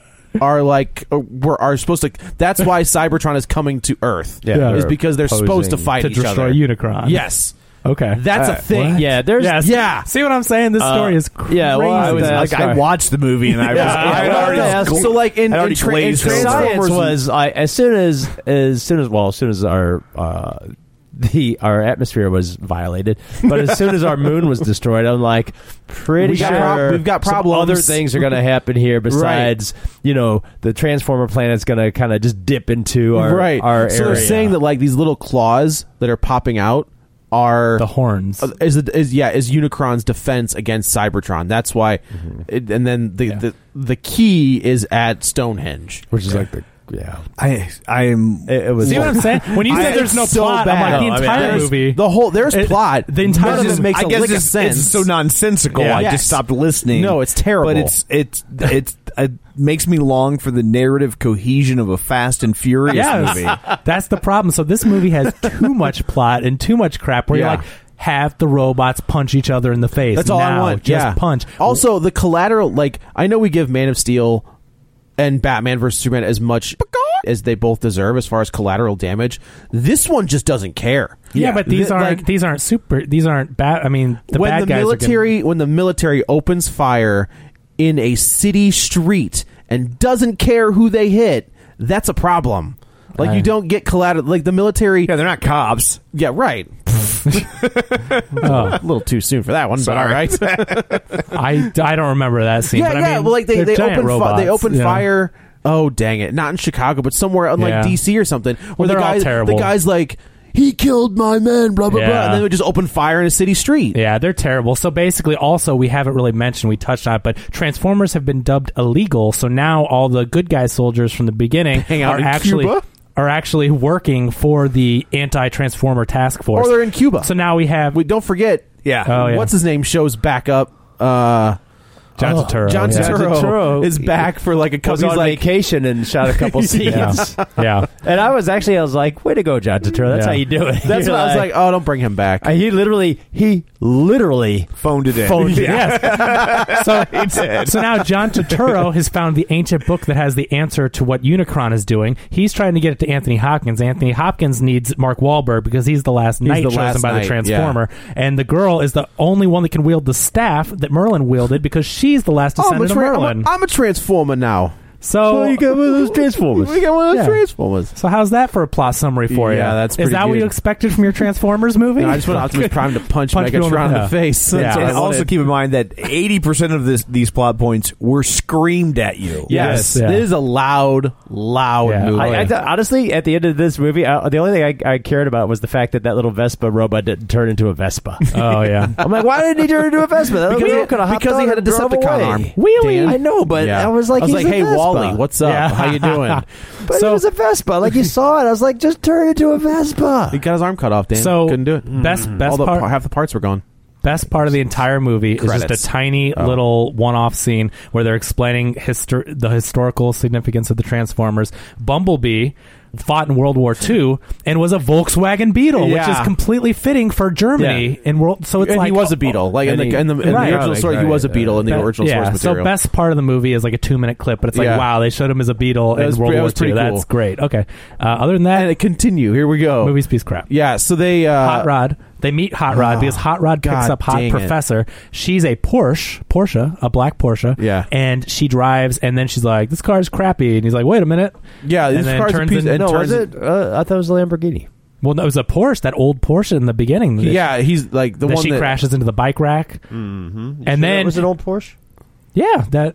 S1: are like uh, were are supposed to. That's why Cybertron is coming to Earth.
S2: Yeah.
S1: is because they're supposed to
S2: Opposing-
S1: fight
S3: to
S1: each
S3: destroy
S1: other.
S3: Unicron.
S1: Yes,
S3: Okay.
S1: that's a thing.
S3: what?
S2: Yeah. There's.
S3: Yes.
S1: yeah.
S3: See what I'm saying? This
S1: Uh,
S3: story is crazy.
S2: yeah, well, I was
S3: Like,
S2: asked- sorry.
S8: watched the movie and I was
S1: Yeah,
S2: I
S8: I
S2: was
S8: already-
S2: gonna ask-
S1: so like in,
S8: I'd
S1: in,
S8: already
S1: tra- in
S8: glazed over.
S2: science
S1: Transformers
S2: was I, as soon as as soon as well as soon as our uh, the our atmosphere was violated, but as soon as our moon was destroyed, I'm like pretty
S1: We
S2: sure
S1: got prob- we've got
S2: some
S1: problems.
S2: Other things are going to happen here besides you know the transformer planet's going to kind of just dip into our
S1: right.
S2: our
S1: so
S2: area.
S1: they're saying that like these little claws that are popping out are
S3: the horns.
S1: Uh, is it is yeah is Unicron's defense against Cybertron. That's why, it, and then the, the the key is at Stonehenge.
S2: which is like the yeah
S8: I I am
S2: it, it was
S3: See what I'm saying? When you
S1: I-
S3: said there's no
S1: it's so
S3: plot,
S1: bad.
S3: I'm like
S2: No, I
S3: the
S2: mean,
S3: entire
S1: There's-
S3: movie.
S1: the whole there's
S3: it-
S1: plot.
S3: the entire
S1: none of
S3: movie-
S1: this makes
S8: I
S1: a
S8: guess
S1: lick of
S8: it's,
S1: sense.
S8: it's so nonsensical.
S1: Yeah.
S8: I
S1: Yes.
S8: just stopped listening.
S1: No, it's terrible.
S8: But it's it's it's it makes me long for the narrative cohesion of a Fast and Furious
S3: Yes.
S8: movie.
S3: That's the problem. So this movie has too much plot and too much crap where
S1: Yeah.
S3: you're like, have the robots punch each other in the face.
S1: That's all I
S3: Now,
S1: want.
S3: Just
S1: yeah.
S3: punch.
S1: Also, the collateral. Like I know we give Man of Steel and Batman versus Superman as much as they both deserve as far as collateral damage. This one just doesn't care.
S3: yeah, but these
S1: Th-
S3: aren't
S1: like,
S3: these aren't super. These aren't bad. I mean, the
S1: when
S3: bad
S1: the
S3: guys are getting-
S1: military when the military opens fire in a city street and doesn't care who they hit, that's a problem. Like you
S3: Right.
S1: don't get collateral. Like the military. Yeah,
S8: they're not cops.
S1: right.
S3: Oh,
S1: A little too soon for that one, but all
S8: Sorry.
S1: right.
S3: I, I don't remember that scene.
S1: yeah,
S3: but
S1: yeah.
S3: I mean,
S1: well, like they
S3: they're
S1: they
S3: giant
S1: open fi-
S3: robots,
S1: they open
S3: you know?
S1: fire. Oh dang it! Not in Chicago, but somewhere unlike
S3: Yeah.
S1: DC or something. Where
S3: Well,
S1: the
S3: they're all
S1: guys,
S3: terrible.
S1: the guys like. he killed my men, blah blah blah. And then it would just open fire in a city street.
S3: Yeah, they're terrible. So basically, also we haven't really mentioned we touched on it, but Transformers have been dubbed illegal. So now all the good guy soldiers from the beginning
S1: Hang out
S3: are
S1: in
S3: actually
S1: Cuba?
S3: are actually working for the anti-Transformer task force.
S1: Or they're in Cuba.
S3: So now we have.
S1: We don't forget. Yeah.
S3: Oh, yeah.
S1: What's his name shows back up. Uh,
S3: John
S1: oh,
S3: Turturro,
S1: John
S3: yeah.
S1: Turturro
S2: Turturro
S1: is back for like a couple.
S2: was
S1: he's
S2: on
S1: like,
S2: vacation and shot a couple
S1: Yeah.
S2: scenes.
S3: yeah.
S2: And I was actually, I was like, "Way to go, John Turturro! That's
S3: Yeah.
S2: how you do it."
S1: That's
S2: You're
S1: what I was like. Oh, don't bring him back.
S2: Uh, He literally, he literally
S1: phoned it in.
S2: phoned it.
S3: Yes. So, so now John Turturro has found the ancient book that has the answer to what Unicron is doing. He's trying to get it to Anthony Hopkins. Anthony Hopkins needs Mark Wahlberg because he's the last knight
S1: the
S3: chosen
S1: last
S3: by
S1: knight,
S3: the Transformer. And the girl is the only one that can wield the staff that Merlin wielded because she's the last
S1: Oh, I'm
S3: descendant
S1: a, tra- I'm,
S3: of Merlin.
S1: a, I'm a transformer now.
S3: so,
S1: got one of those transformers. We got one of those
S3: Yeah.
S1: transformers.
S3: so how's that for a plot summary for you?
S1: Yeah, that's
S3: is
S1: pretty
S3: that what
S1: good.
S3: you expected from your Transformers movie?
S1: No, I just want Optimus Prime to punch,
S3: Punch people in the-
S1: Megatron in
S3: yeah.
S1: the face.
S3: Yeah.
S1: That's what I
S3: And
S8: And also
S1: wanted.
S8: keep in mind that 80% of this these plot points were screamed at you.
S1: Yes,
S3: Yes, yeah.
S1: it is a loud, loud
S3: Yeah.
S1: movie.
S3: Oh,
S2: I, I th- honestly, at the end of this movie, I, the only thing I, I cared about was the fact that that little Vespa robot didn't turn into a Vespa.
S3: oh yeah.
S2: I'm like, why didn't he turn into a Vespa? That
S1: Because
S2: little
S1: he-
S2: could have hopped
S1: because he
S2: on
S1: had
S2: and
S1: a
S2: drove
S1: Decepticon
S2: away.
S1: arm.
S2: Wheelie,
S1: Dan.
S2: I know, but
S1: Yeah.
S2: I was like,
S1: oh, I was
S2: he's
S1: like,
S2: a
S1: hey,
S2: Vespa.
S1: Wally, what's up?
S3: Yeah.
S1: How you doing?
S2: But
S3: So-
S2: it was a Vespa. Like you saw it. I was like, just turn into a
S1: he
S2: Vespa.
S1: got his arm cut off. Dan
S3: So,
S1: couldn't do it. Mm-hmm.
S3: best- best
S1: All the
S3: part-
S1: par- half the parts were gone.
S3: best part of the entire movie is
S1: Credits. Oh.
S3: just a tiny little one-off scene where they're explaining histor- the historical significance of the Transformers. Bumblebee fought in World War II and was a Volkswagen Beetle, which
S1: Yeah.
S3: is completely fitting for Germany in world. So it's
S1: and
S3: like
S1: he was a beetle. Like in
S2: and
S1: the,
S2: he-
S1: in the, in the
S3: Right.
S1: original story, he was a beetle in the
S3: That-
S1: original
S3: yeah,
S1: source material.
S3: Oh, So best part of the movie is like a two-minute clip, but it's like
S1: Yeah.
S3: wow, they showed him as a beetle
S1: That
S3: in
S1: was
S3: World
S1: pre- that
S3: War
S1: was
S3: II.
S1: pretty cool.
S3: That's great. Okay. Uh, other than
S1: and
S3: that,
S1: it continue. Here we go.
S3: movie's piece crap.
S1: Yeah. So they uh,
S3: Hot Rod. They meet Hot Rod
S1: Oh,
S3: because Hot Rod picks
S1: God
S3: up Hot
S1: dang it.
S3: Professor. She's a Porsche, Porsche, a black Porsche.
S1: Yeah.
S3: And she drives, and then she's like, "This car's crappy," and he's like, "Wait a minute."
S1: Yeah,
S3: And
S1: this
S3: then
S1: car's a
S3: turns
S1: piece.
S3: in-
S1: and
S3: no,
S1: turns
S2: Was it? Uh, I thought it was a Lamborghini.
S3: Well, no, it was a Porsche, that old Porsche in the beginning. that-
S1: Yeah, he's like the
S3: that
S1: one
S3: she
S1: that.
S3: crashes into the bike rack, mm-hmm. and then
S2: was an old Porsche.
S3: yeah, that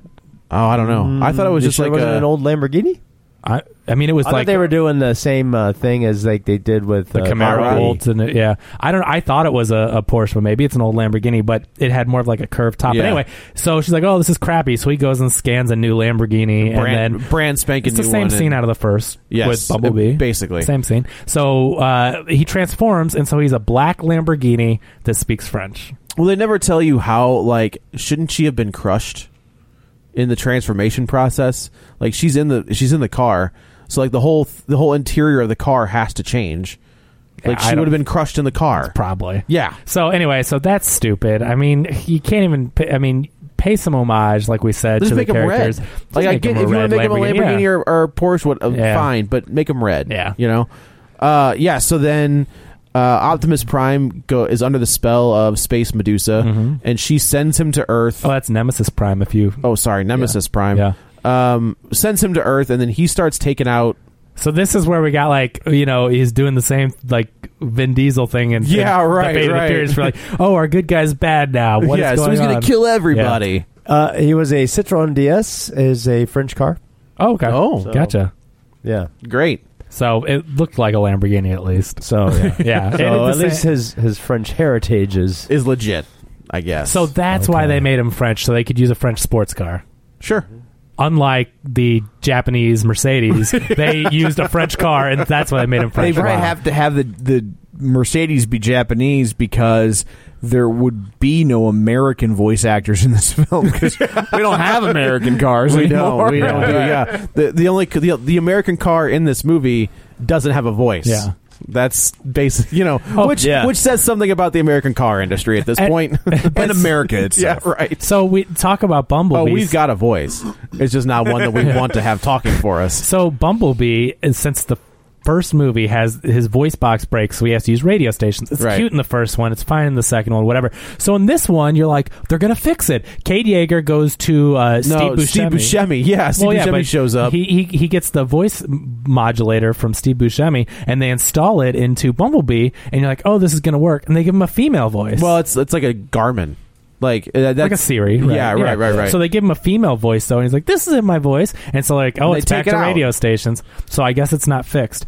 S1: Oh, I don't know. I thought it was
S3: Mm,
S2: You
S1: just
S2: sure it
S1: like
S2: wasn't
S1: a,
S2: an old Lamborghini.
S3: I, I mean, it was
S2: I
S3: like
S2: thought they were doing the same uh, thing as like they did with
S3: the
S2: uh,
S3: Camaro
S2: Ferrari.
S3: bolts and it- yeah, I don't. I thought it was a, a Porsche, but maybe it's an old Lamborghini. But it had more of like a curved top.
S1: Yeah.
S3: But anyway, so she's like, "Oh, this is crappy." So he goes and scans a new Lamborghini,
S1: brand,
S3: and then
S1: brand spanking
S3: It's the
S1: new
S3: same
S1: one,
S3: scene
S1: and-
S3: out of the first
S1: Yes,
S3: with Bumblebee.
S1: it- basically.
S3: Same scene. So uh, he transforms, and so he's a black Lamborghini that speaks French.
S1: Well, they never tell you how. Like, shouldn't she have been crushed in the transformation process? Like, she's in the she's in the car, so like the whole the whole interior of the car has to change. Like,
S3: Yeah, I
S1: she
S3: don't-
S1: would have been crushed in the car.
S3: Probably.
S1: Yeah.
S3: So anyway, so that's stupid. I mean, you can't even. Pay, I mean, pay some homage, like we said,
S1: Let's
S3: to
S1: make
S3: the
S1: them red.
S3: characters. Just
S1: Like, I
S3: make
S1: get
S3: them
S1: if you want
S3: red
S1: to make them a Lamborghini
S3: yeah.
S1: or, or Porsche, what? Uh,
S3: Yeah.
S1: Fine, but make them red.
S3: Yeah.
S1: you know. Uh, yeah. So then. Uh, Optimus Prime go, is under the spell of Space Medusa, and she sends him to Earth.
S3: Mm-hmm. oh, that's Nemesis Prime. If you
S1: oh, sorry, Nemesis Prime.
S3: yeah.
S1: um, sends him to Earth, and then he starts taking out.
S3: So this is where we got like you know he's doing the same like Vin Diesel thing and
S1: Yeah,
S3: and
S1: right,
S3: the Fate of the
S1: right.
S3: Furious for like oh our good guy's bad now What is
S1: yeah,
S3: going
S1: so he's
S3: on
S1: gonna kill everybody.
S2: Uh, he was a Citroen DS, is a French car.
S3: oh okay
S1: Oh. So-
S3: gotcha
S2: Yeah.
S1: Great.
S3: so it looked like a Lamborghini at least
S2: So yeah.
S3: yeah And
S2: so
S3: it's
S2: at
S3: the
S2: least
S3: same-
S2: his his French heritage is
S1: Is legit, I guess.
S3: so that's why they made him French so they could use a French sports car
S1: sure.
S3: unlike the Japanese Mercedes they used a French car and that's why they made him
S8: They
S3: French
S8: probably
S3: Wow.
S8: have to have the, the Mercedes be Japanese because there would be no American voice actors in this film because we don't have American cars
S1: We
S8: anymore.
S1: don't. We don't. do- yeah. The the only the, the American car in this movie doesn't have a voice.
S3: Yeah.
S1: That's basic. You know,
S3: Oh,
S1: which
S3: yeah.
S1: which says something about the American car industry at this
S3: And-
S1: point.
S8: In America
S1: yeah.
S8: itself.
S1: Right.
S3: so we talk about
S1: Oh,
S3: Bumblebee
S1: we've got a voice. It's just not one that we want to have talking for us.
S3: So Bumblebee, is- since the first movie has his voice box breaks, so he has to use radio stations. It's
S1: Right.
S3: cute in the first one. It's fine in the second one, whatever. So in this one, you're like, they're gonna fix it. Kate Yeager goes to uh,
S1: no,
S3: Steve Buscemi.
S1: Steve Buscemi. Yeah, Steve
S3: Well, yeah,
S1: Buscemi
S3: but
S1: shows up.
S3: He, he he gets the voice m- modulator from Steve Buscemi, and they install it into Bumblebee, and you're like, oh, this is gonna work. And they give him a female voice.
S1: well, it's it's like a Garmin. Like uh, that's,
S3: like a Siri, right?
S1: Yeah, right, right, right.
S3: So they give him a female voice though, and he's like, "This isn't my voice," and so like, "Oh,
S1: And they
S3: it's
S1: take
S3: back
S1: it
S3: to
S1: out.
S3: radio stations." So I guess it's not fixed.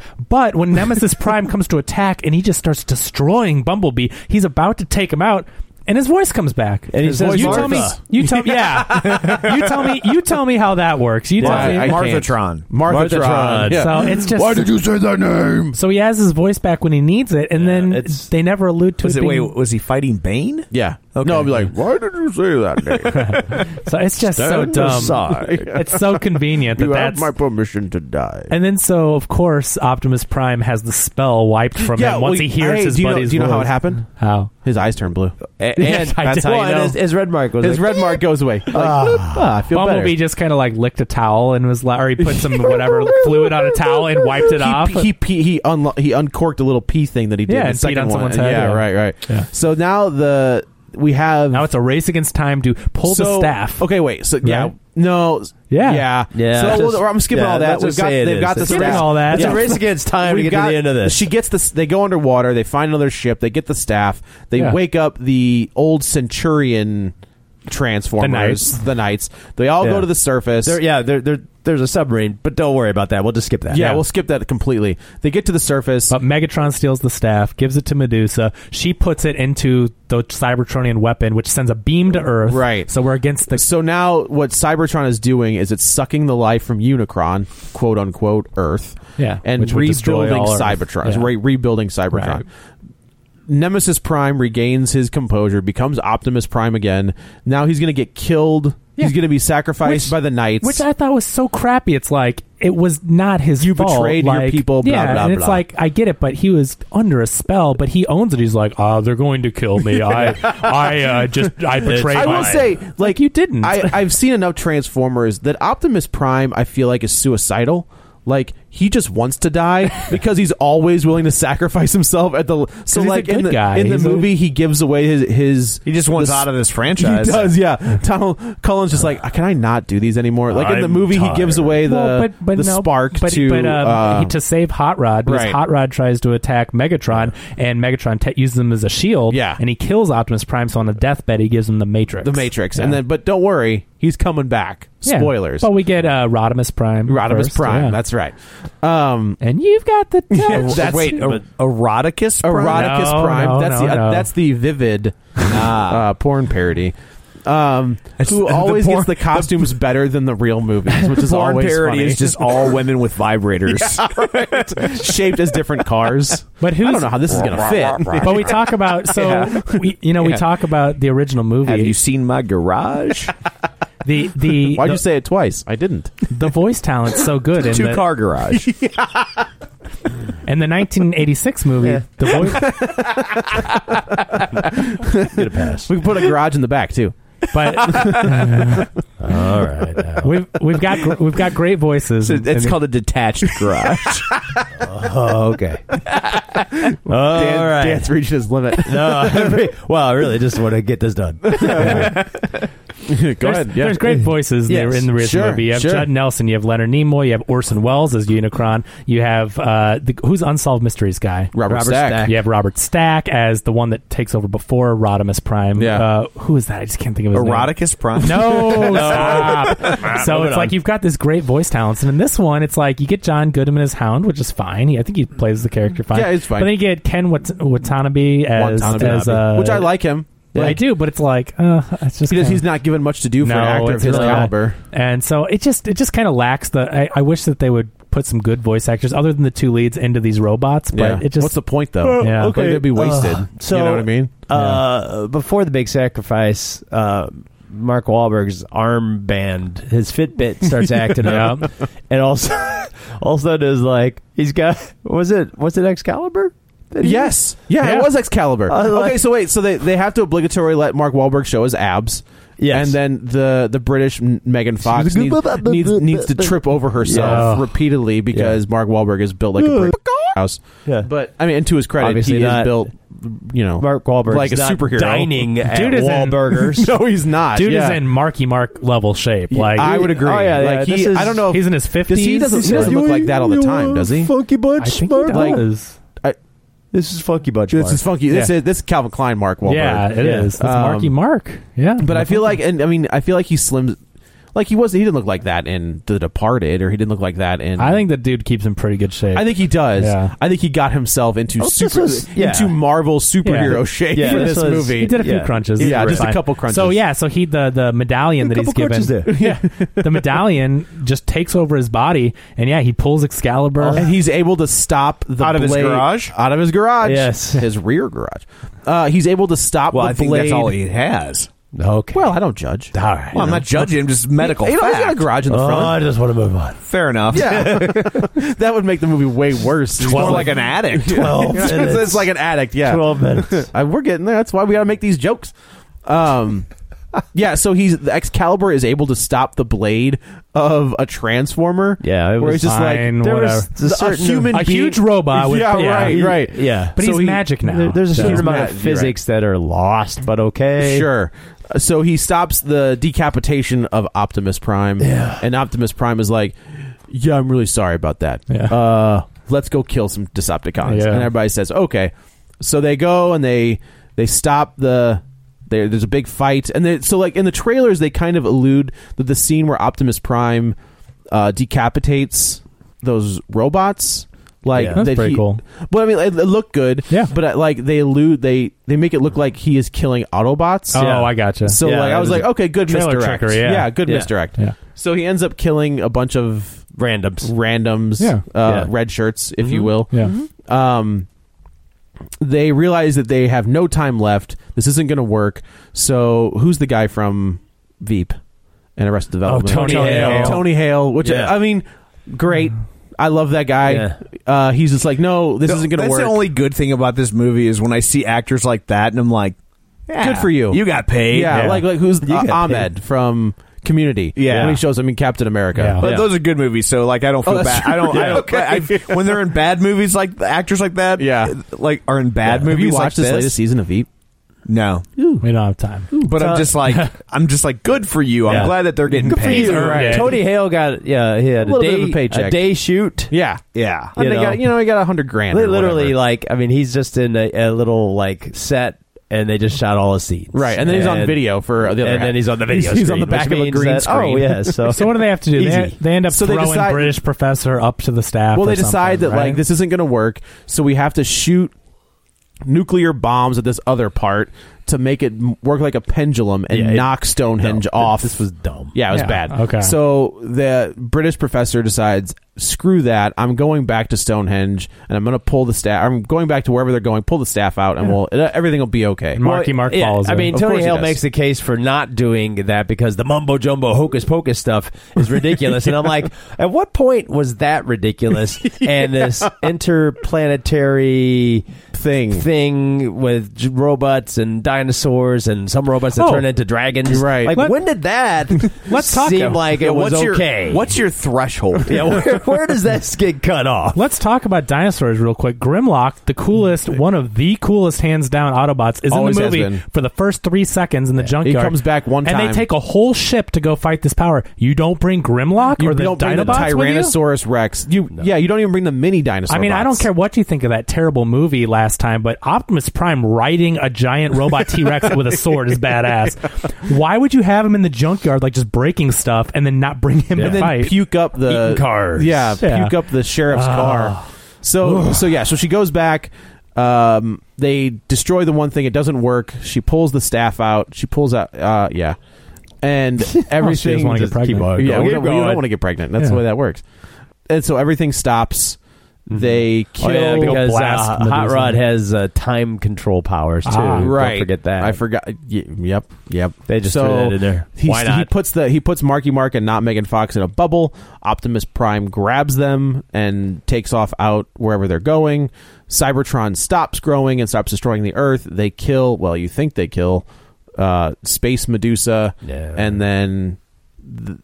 S3: But when Nemesis Prime comes to attack and he just starts destroying Bumblebee, he's about to take him out. And his voice comes back, and
S2: he says,
S3: "You tell me,
S2: "Martha."
S3: you tell, yeah, you tell me, you tell me how that works. You tell
S1: Why?
S3: me,
S1: I can't.
S9: Marthatron.
S1: Marthatron.
S3: Marthatron.
S1: Yeah.
S3: So it's just
S1: Why did you say that name?
S3: So he has his voice back when he needs it, and then they never allude to
S9: Was
S3: it.
S9: it? Wait,
S3: being,
S9: was he fighting Bane?
S1: Yeah. No, I'll be like, why did you say that name?
S3: so it's just so
S1: Stand
S3: dumb.
S1: aside.
S3: It's so convenient that
S1: you have
S3: that's
S1: my permission to die.
S3: And then, so of course, Optimus Prime has the spell wiped from him once
S1: well,
S3: he hears
S1: hey,
S3: his
S1: do you know-
S3: buddy's
S1: do you know how
S3: voice.
S1: it happened?
S3: How?
S1: His eyes turn blue. A-
S3: Yes,
S1: and
S3: I
S1: that's
S3: did.
S1: how
S3: Well,
S1: you
S3: and
S1: know.
S3: his-
S1: His,
S2: His red mark was like,
S1: red mark goes away. Like, ah, I feel
S3: Bumblebee just kind of like licked a towel and was like, or he put some whatever fluid on a towel and wiped
S1: better.
S3: it off.
S1: He he he, he, unlo- he uncorked a little pee thing that he did.
S3: Yeah,
S1: the
S3: and peed
S1: second
S3: on
S1: one.
S3: someone's head,
S1: Yeah,
S3: yeah.
S1: right, right.
S3: Yeah.
S1: So now the we have
S3: now it's a race against time to pull the
S1: So-
S3: staff.
S1: Okay, wait. So yeah,
S3: Right?
S1: no,
S3: Yeah.
S1: yeah,
S2: Yeah.
S1: So
S2: Just-
S1: well, I'm skipping
S2: yeah,
S1: all that.
S2: let's
S1: We've
S2: just
S1: got
S2: say it
S1: they've
S2: is.
S1: got the
S2: It's
S3: skipping
S1: staff.
S3: all that.
S2: It's
S3: Yeah.
S2: a race against time to
S1: We've
S2: get
S1: got-
S2: to the end of this.
S1: She gets this. They go underwater. They find another ship. They get the staff. They
S3: Yeah.
S1: wake up the old Centurion transformers,
S3: The Knights.
S1: the Knights. They all
S2: Yeah.
S1: go to the surface.
S2: There- yeah, there, there, there's a submarine, but don't worry about that. We'll just skip that.
S1: yeah, we'll skip that completely. They get to the surface.
S3: But Megatron steals the staff, gives it to Medusa. She puts it into the Cybertronian weapon, which sends a beam to Earth.
S1: Oh, Right.
S3: So we're against the.
S1: so now what Cybertron is doing is it's sucking the life from Unicron, quote unquote, Earth.
S3: Yeah,
S1: And
S3: which would destroy
S1: rebuilding
S3: all Earth.
S1: Cybertron.
S3: Yeah.
S1: Re- rebuilding Cybertron.
S3: Right.
S1: Nemesis Prime regains his composure, becomes Optimus Prime again. Now he's going to get killed.
S3: Yeah.
S1: He's going to be sacrificed
S3: Which-
S1: by the Knights.
S3: which I thought was so crappy. It's like it was not his
S1: You
S3: fault.
S1: betrayed your
S3: like,
S1: people, blah,
S3: yeah,
S1: blah,
S3: and it's
S1: blah.
S3: like I get it, but he was under a spell. But he owns it. He's like, oh, they're going to kill me. I, I uh, just, I betrayed.
S1: I will
S3: my-
S1: say,
S3: It's
S1: like,
S3: you didn't.
S1: I, I've seen enough Transformers that Optimus Prime, I feel like, is suicidal. Like he just wants to die because he's always willing to sacrifice himself at the. So
S3: he's a
S1: like in
S3: good
S1: the
S3: guy.
S1: in the
S3: He's a-
S1: movie, he gives away his his.
S9: He just wants
S1: the-
S9: out of this
S1: He
S9: franchise.
S1: does, yeah. Donald Cullen's just like, can I not do these anymore? Like in the
S9: I'm
S1: movie, he gives
S9: tired.
S1: away the
S3: Well, but, but
S1: the
S3: no,
S1: spark
S3: but,
S1: to
S3: but, um,
S1: uh,
S3: he- to save Hot Rod because
S1: right.
S3: Hot Rod tries to attack Megatron and Megatron te- uses him as a shield.
S1: Yeah.
S3: and he kills Optimus Prime. So on the deathbed, he gives him the Matrix.
S1: the Matrix,
S3: Yeah.
S1: and then but don't worry, he's coming back.
S3: Yeah.
S1: Spoilers.
S3: But we get uh, Rodimus Prime.
S1: Rodimus
S3: first,
S1: Prime.
S3: yeah.
S1: That's right. Um,
S3: and you've got the touch.
S1: that's-
S9: Wait, er-
S1: but-
S9: eroticus? Prime?
S1: Eroticus
S3: No,
S1: Prime.
S3: no,
S1: that's the uh,
S3: no, no.
S1: that's the vivid uh, porn parody. Um, who
S9: the
S1: always
S9: porn-
S1: gets the costumes better than the real movies, which is
S9: Porn
S1: always
S9: parody
S1: funny.
S9: is just all women with vibrators.
S1: shaped as different cars.
S3: But
S1: I
S3: who's-
S1: don't know how this is gonna fit.
S3: but we talk about so we, you know we talk about the original movie.
S9: Have you seen my garage?
S3: the the
S1: Why'd
S3: the,
S1: you say it twice? I didn't.
S3: the voice talent's so good in
S9: Two
S3: the,
S9: car garage.
S3: in the 1986 movie. The voice,
S1: We can put a garage in the back too.
S3: but
S2: All right.
S3: we've we've got gr- we've got great voices.
S9: It's,
S3: in
S9: it's
S3: the-
S9: called a detached garage.
S2: Oh, okay. All
S1: Dan,
S2: right.
S1: Dan's reached his limit.
S2: No, well, I really just want to get this done.
S1: Go
S3: there's,
S1: ahead. Yeah.
S3: there's great voices there
S1: Yes.
S3: in the original
S1: Sure,
S3: movie. You have
S1: sure.
S3: Judd Nelson, you have Leonard Nimoy, you have Orson Welles as Unicron, you have uh, the, who's Unsolved Mysteries guy,
S1: Robert Stack.
S3: You have Robert Stack as the one that takes over before Rodimus Prime.
S1: Yeah.
S3: Uh, who is that? I just can't think of his name.
S9: eroticus Prime.
S3: No, stop. so it's
S2: on.
S3: like you've got this great voice talents, and in this one, it's like you get John Goodman as Hound, which is fine. He, I think he plays the character fine.
S1: Yeah, he's fine.
S3: But then you get Ken Wat- Watanabe as,
S1: Watanabe,
S3: as uh,
S1: which I like him.
S3: I do, but it's like uh, it's
S1: because
S3: just kinda-
S1: he's not given much to do for an actor of
S3: it's
S1: his
S3: really not.
S1: caliber.
S3: And so it just it just kind of lacks the. I, I wish that they would put some good voice actors other than the two leads into these robots, but
S1: Yeah.
S3: it just
S1: What's the point though?
S3: Uh, Yeah.
S1: Like,
S3: okay.
S1: they'd be wasted.
S2: Ugh. so,
S1: you know what I mean?
S2: Uh, Before the big sacrifice, uh, Mark Wahlberg's armband, his Fitbit starts acting up, and also, also is like he's got was it was it Excalibur? that he-
S1: Yes. Yeah,
S2: Yeah.
S1: it was Excalibur.
S2: I like-
S1: okay, so wait, so they, they have to obligatorily let Mark Wahlberg show his abs.
S2: Yes.
S1: And then the the British M- Megan Fox needs, needs, needs to trip over herself
S3: Yeah.
S1: repeatedly because Mark Wahlberg is built like a brick house.
S2: Yeah.
S1: But I mean, and to his credit,
S2: Obviously
S1: he
S2: not-
S1: is built, you know,
S2: Mark Wahlberg
S1: like a superhero.
S2: dining at
S3: Dude is in-
S2: Wahlburgers.
S1: no, he's not.
S3: dude
S1: yeah.
S3: is in Marky Mark level shape.
S1: Yeah,
S3: Like
S1: I would agree.
S2: Oh, yeah,
S1: like
S2: yeah,
S1: he,
S2: this is-
S1: I don't know. if-
S3: he's in his 50s.
S1: Does he- he doesn't- he doesn't look like that all the time, does he?
S2: Funky
S3: I
S2: bunch,
S3: think he
S2: Mark.
S3: does.
S1: I-
S2: This is funky bunch.
S1: This
S2: Mark.
S1: is funky. This
S2: Yeah.
S1: is this is Calvin Klein Mark Wahlberg.
S2: Yeah,
S1: it
S2: it
S1: is.
S2: is. That's Marky Mark. Yeah,
S1: Um, but I feel like, and I mean, I feel like he slims. Like he was, he didn't look like that in The Departed, or he didn't look like that in.
S3: I think the dude keeps in pretty good shape.
S1: I think he does.
S3: Yeah.
S1: I think he got himself into
S3: Oh, this
S1: super
S3: was- yeah.
S1: into Marvel superhero
S3: Yeah.
S1: shape
S3: Yeah,
S1: for
S3: this
S1: this,
S3: was-
S1: movie.
S3: He did a few
S1: Yeah.
S3: crunches.
S1: Yeah,
S3: We're
S1: just
S3: fine.
S1: a couple crunches.
S3: So yeah, so he the the medallion that he's
S1: couple
S3: given.
S1: crunches there.
S3: Yeah, the medallion just takes over his body, and yeah, he pulls Excalibur,
S1: and he's able to stop the
S3: Out of his
S1: blade-
S3: garage?
S1: Out of his garage.
S3: Yes.
S1: his rear garage. Uh, he's able to stop.
S3: Well,
S1: the
S3: I think
S1: blade.
S3: that's all he
S1: has. Okay. Well, I don't judge. All right. Well, I'm not judging. I'm just medical. You know, he's got a
S8: fact.
S1: garage in the
S8: Oh,
S1: front.
S8: I
S2: just want to move on.
S1: Fair enough. Yeah. that would make the movie way worse. It's more
S8: Twelve.
S1: like an addict.
S8: Twelve
S1: it's,
S8: minutes.
S1: like an addict. Yeah.
S8: 12 minutes.
S1: Uh, we're getting there. That's why we got to make these jokes. Um. Yeah, so he's the Excalibur is able to stop the blade of a transformer. Yeah,
S2: it
S1: where he's
S2: was
S1: just
S2: fine,
S1: like there
S2: whatever.
S1: was
S2: It's a
S1: a,
S2: certain-
S1: human,
S2: a
S1: being-
S2: huge robot with-
S1: yeah,
S2: yeah,
S1: right,
S2: he-
S1: right,
S2: yeah. But
S1: So
S2: he's
S1: he-
S2: magic now. There- there's a certain amount of physics that are lost, but okay.
S1: Sure. Uh, So he stops the decapitation of Optimus Prime. Yeah. And Optimus Prime is like, Yeah, I'm really sorry about that. Yeah. Uh, let's go kill some Decepticons.
S3: Yeah.
S1: And everybody says, Okay. So they go and they they stop the there there's a big fight. And then so like in the trailers they kind of allude that the scene where Optimus Prime uh, decapitates those robots. Like
S3: Yeah. That's
S1: that
S3: pretty
S1: he-
S3: cool.
S1: But I mean, it, it looked good. Yeah. But uh, like they allude, they they make it look like he is killing Autobots.
S3: Oh, I gotcha.
S1: So
S3: Yeah,
S1: like I
S3: it
S1: was
S3: was
S1: like,
S3: a
S1: okay, good
S3: trailer
S1: misdirect.
S3: trickery, yeah.
S1: good
S3: Yeah.
S1: misdirect.
S3: Yeah.
S1: So he ends up killing a bunch of randoms, randoms,
S3: Yeah.
S1: Uh,
S3: Yeah.
S1: red shirts, if you
S3: Mhm.
S1: will.
S3: Yeah.
S1: Um, they realize that they have no time left. This isn't going to work. So who's the guy from Veep and Arrested Development?
S3: Oh, Tony Tony Hale. Hale.
S1: Tony Hale. Which
S3: Yeah.
S1: I mean, great. I love that guy.
S8: Yeah.
S1: Uh, he's just like, no, this
S8: No,
S1: isn't going to
S8: That's
S1: work.
S8: the only good thing about this movie is when I see actors like that, and I'm like, yeah,
S1: Good for you.
S8: You got paid.
S1: Yeah, like like who's
S8: You
S1: uh,
S8: got
S1: Ahmed
S8: paid.
S1: from Community?
S8: Yeah.
S1: when he shows him in Captain America.
S8: But those are good movies, so like I don't
S1: Oh,
S8: feel
S1: that's
S8: bad.
S1: true.
S8: I don't. I don't
S1: Yeah. Okay.
S8: I, when they're in bad movies, like the actors like that, yeah, like are in bad
S1: Have you
S8: movies. like
S1: watched this latest season of Veep?
S8: No,
S3: we don't have time.
S8: but I'm
S2: Tough.
S8: just like I'm just like good for you. I'm
S2: Yeah.
S8: glad that they're getting
S2: uh, Good for
S8: paid.
S2: you.
S8: Alright.
S2: Tony Hale got yeah, he had
S1: A
S2: a,
S1: little
S2: day,
S1: bit of a paycheck.
S2: day shoot.
S1: Yeah,
S8: yeah.
S1: And
S2: You
S1: they
S2: know.
S1: got you know he got a hundred grand.
S2: Li-
S1: or
S2: literally,
S1: whatever.
S2: like I mean, he's just in a, a little like set, and they just shot all his scenes.
S1: Right, and then he's on video for the other
S2: and
S1: half.
S2: then he's on the
S1: He's-
S2: video.
S1: he's on the
S2: screen,
S1: back
S2: which
S1: of a
S2: means
S1: green
S2: that-
S1: screen.
S2: Oh yeah, so
S3: So what do they have to do? They,
S2: Easy.
S3: they end up
S1: So they
S3: throwing
S1: decide-
S3: British professor up to the staff.
S1: well,
S3: or
S1: they decide that
S3: something, right?
S1: like this isn't going to work, so we have to shoot nuclear bombs at this other part to make it m- work like a pendulum and
S2: Yeah, it-
S1: knock Stonehenge off.
S2: This was dumb.
S1: Yeah, it was
S2: Yeah,
S1: bad.
S2: okay.
S1: So the British professor decides, screw that. I'm going back to Stonehenge and I'm going to pull the staff. I'm going back to wherever they're going, pull the staff out, and we'll it- everything will be okay.
S2: Well, yeah, I mean,
S1: Of
S2: Tony
S1: course he
S2: Hale
S1: does.
S2: makes the case for not doing that because the mumbo jumbo hocus pocus stuff is ridiculous, and I'm like, at what point was that ridiculous? And this interplanetary
S1: thing
S2: thing with j- robots and dinosaurs and some robots that
S3: Oh.
S2: turn into dragons,
S1: Right.
S2: Like,
S3: Let-
S2: when did that
S3: Let's talk
S2: seem
S3: about-
S2: like it
S3: Yeah,
S2: was
S3: what's your-
S2: okay?
S8: What's your threshold?
S2: yeah, where, where does that get cut off?
S3: Let's talk about dinosaurs real quick. Grimlock, the coolest, one of the coolest, hands down Autobots, is
S1: Mm-hmm. Always
S3: in
S1: has
S3: the movie
S1: been.
S3: for the first three seconds in the junkyard.
S1: comes back one
S3: and
S1: time.
S3: they take a whole ship to go fight this power. You don't bring Grimlock
S1: You
S3: or the
S1: don't bring
S3: Dinobots
S1: the
S3: with you?
S1: Tyrannosaurus Rex. You yeah, you don't even bring the mini dinosaur.
S3: I mean, I don't
S1: bots.
S3: care what you think of that terrible movie last time, but Optimus Prime riding a giant robot T Rex with a sword is badass. Why would you have him in the junkyard, like just breaking stuff, and then not bring him
S1: And
S3: to
S1: then
S3: fight?
S1: puke up the
S3: Eating cars.
S1: Yeah,
S3: Yeah.
S1: puke up the sheriff's
S3: Ah.
S1: car. So so yeah, so she goes back. Um, they destroy the one thing. It doesn't work. She pulls the staff out. She pulls out. Uh, yeah, and everything.
S3: Oh, wanna get
S1: just
S3: pregnant.
S1: keep on
S3: Keep
S1: Yeah, we don't, we
S3: going.
S1: don't want to get pregnant. That's
S3: Yeah.
S1: the way that works. And so everything stops.
S3: Mm-hmm.
S1: They kill.
S2: Oh, yeah, because
S3: blast
S2: uh, Hot
S3: Medusa.
S2: Rod has uh, time control powers too.
S3: Ah,
S1: right.
S2: Don't forget that.
S1: I forgot. y- Yep, yep.
S2: They just
S1: so
S2: threw that in there.
S1: he's-
S2: Why
S1: He
S2: not?
S1: puts the he puts Marky Mark and not Megan Fox in a bubble. Optimus Prime grabs them and takes off out wherever they're going. Cybertron stops growing and stops destroying the Earth. They kill. Well, you think they kill uh, Space Medusa,
S2: Yeah.
S1: and then the,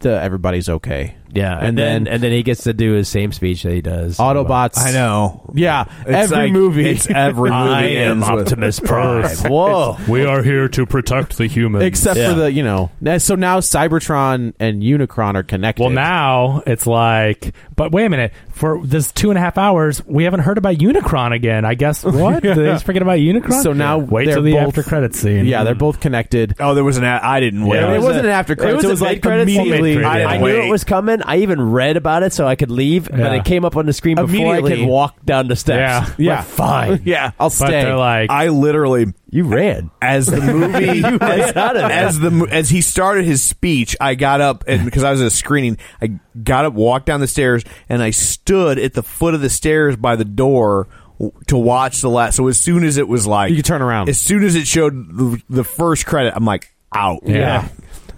S1: the everybody's okay.
S2: Yeah, and,
S1: And
S2: then,
S1: then-
S2: and then he gets to do his same speech that he does.
S1: Autobots.
S2: I
S9: know.
S1: Yeah,
S2: It's
S1: every
S2: like-
S1: movie.
S2: it's every
S1: I
S2: movie
S1: am
S2: ends with-
S1: Optimus
S2: Prime.
S1: Whoa.
S3: we are here to protect the humans,
S1: Except for the, you know, now- so now Cybertron and Unicron are connected.
S3: Well, now it's like, but wait a minute. For this two and a half hours, we haven't heard about Unicron again. I guess what? Did They just forget about Unicron.
S1: So now
S3: wait
S1: they're
S3: till the
S1: both-
S3: after credit scene.
S1: Yeah, they're both connected.
S9: Oh, there was an. Ad- I didn't wait.
S1: Yeah, it wasn't an after
S2: It
S1: credits.
S2: was,
S1: It was like
S2: mid-credits scene.
S1: immediately.
S2: I,
S1: I
S2: I knew it was coming. I even read about it so I could leave, but
S3: Yeah.
S2: it came up on the screen before I
S1: Immediately.
S2: could walk down the steps.
S3: Yeah.
S2: We're
S1: Yeah.
S2: fine.
S1: Yeah, I'll
S3: but
S1: stay.
S3: they're like,
S9: I literally
S2: You ran.
S9: as the movie
S2: You
S9: as,
S2: got it.
S9: as the mo- as he started his speech, I got up and because I was at a screening, I got up, walked down the stairs, and I stood at the foot of the stairs by the door w- to watch the last. So as soon as it was like
S1: You could turn around.
S9: as soon as it showed the, the first credit, I'm like out.
S3: yeah.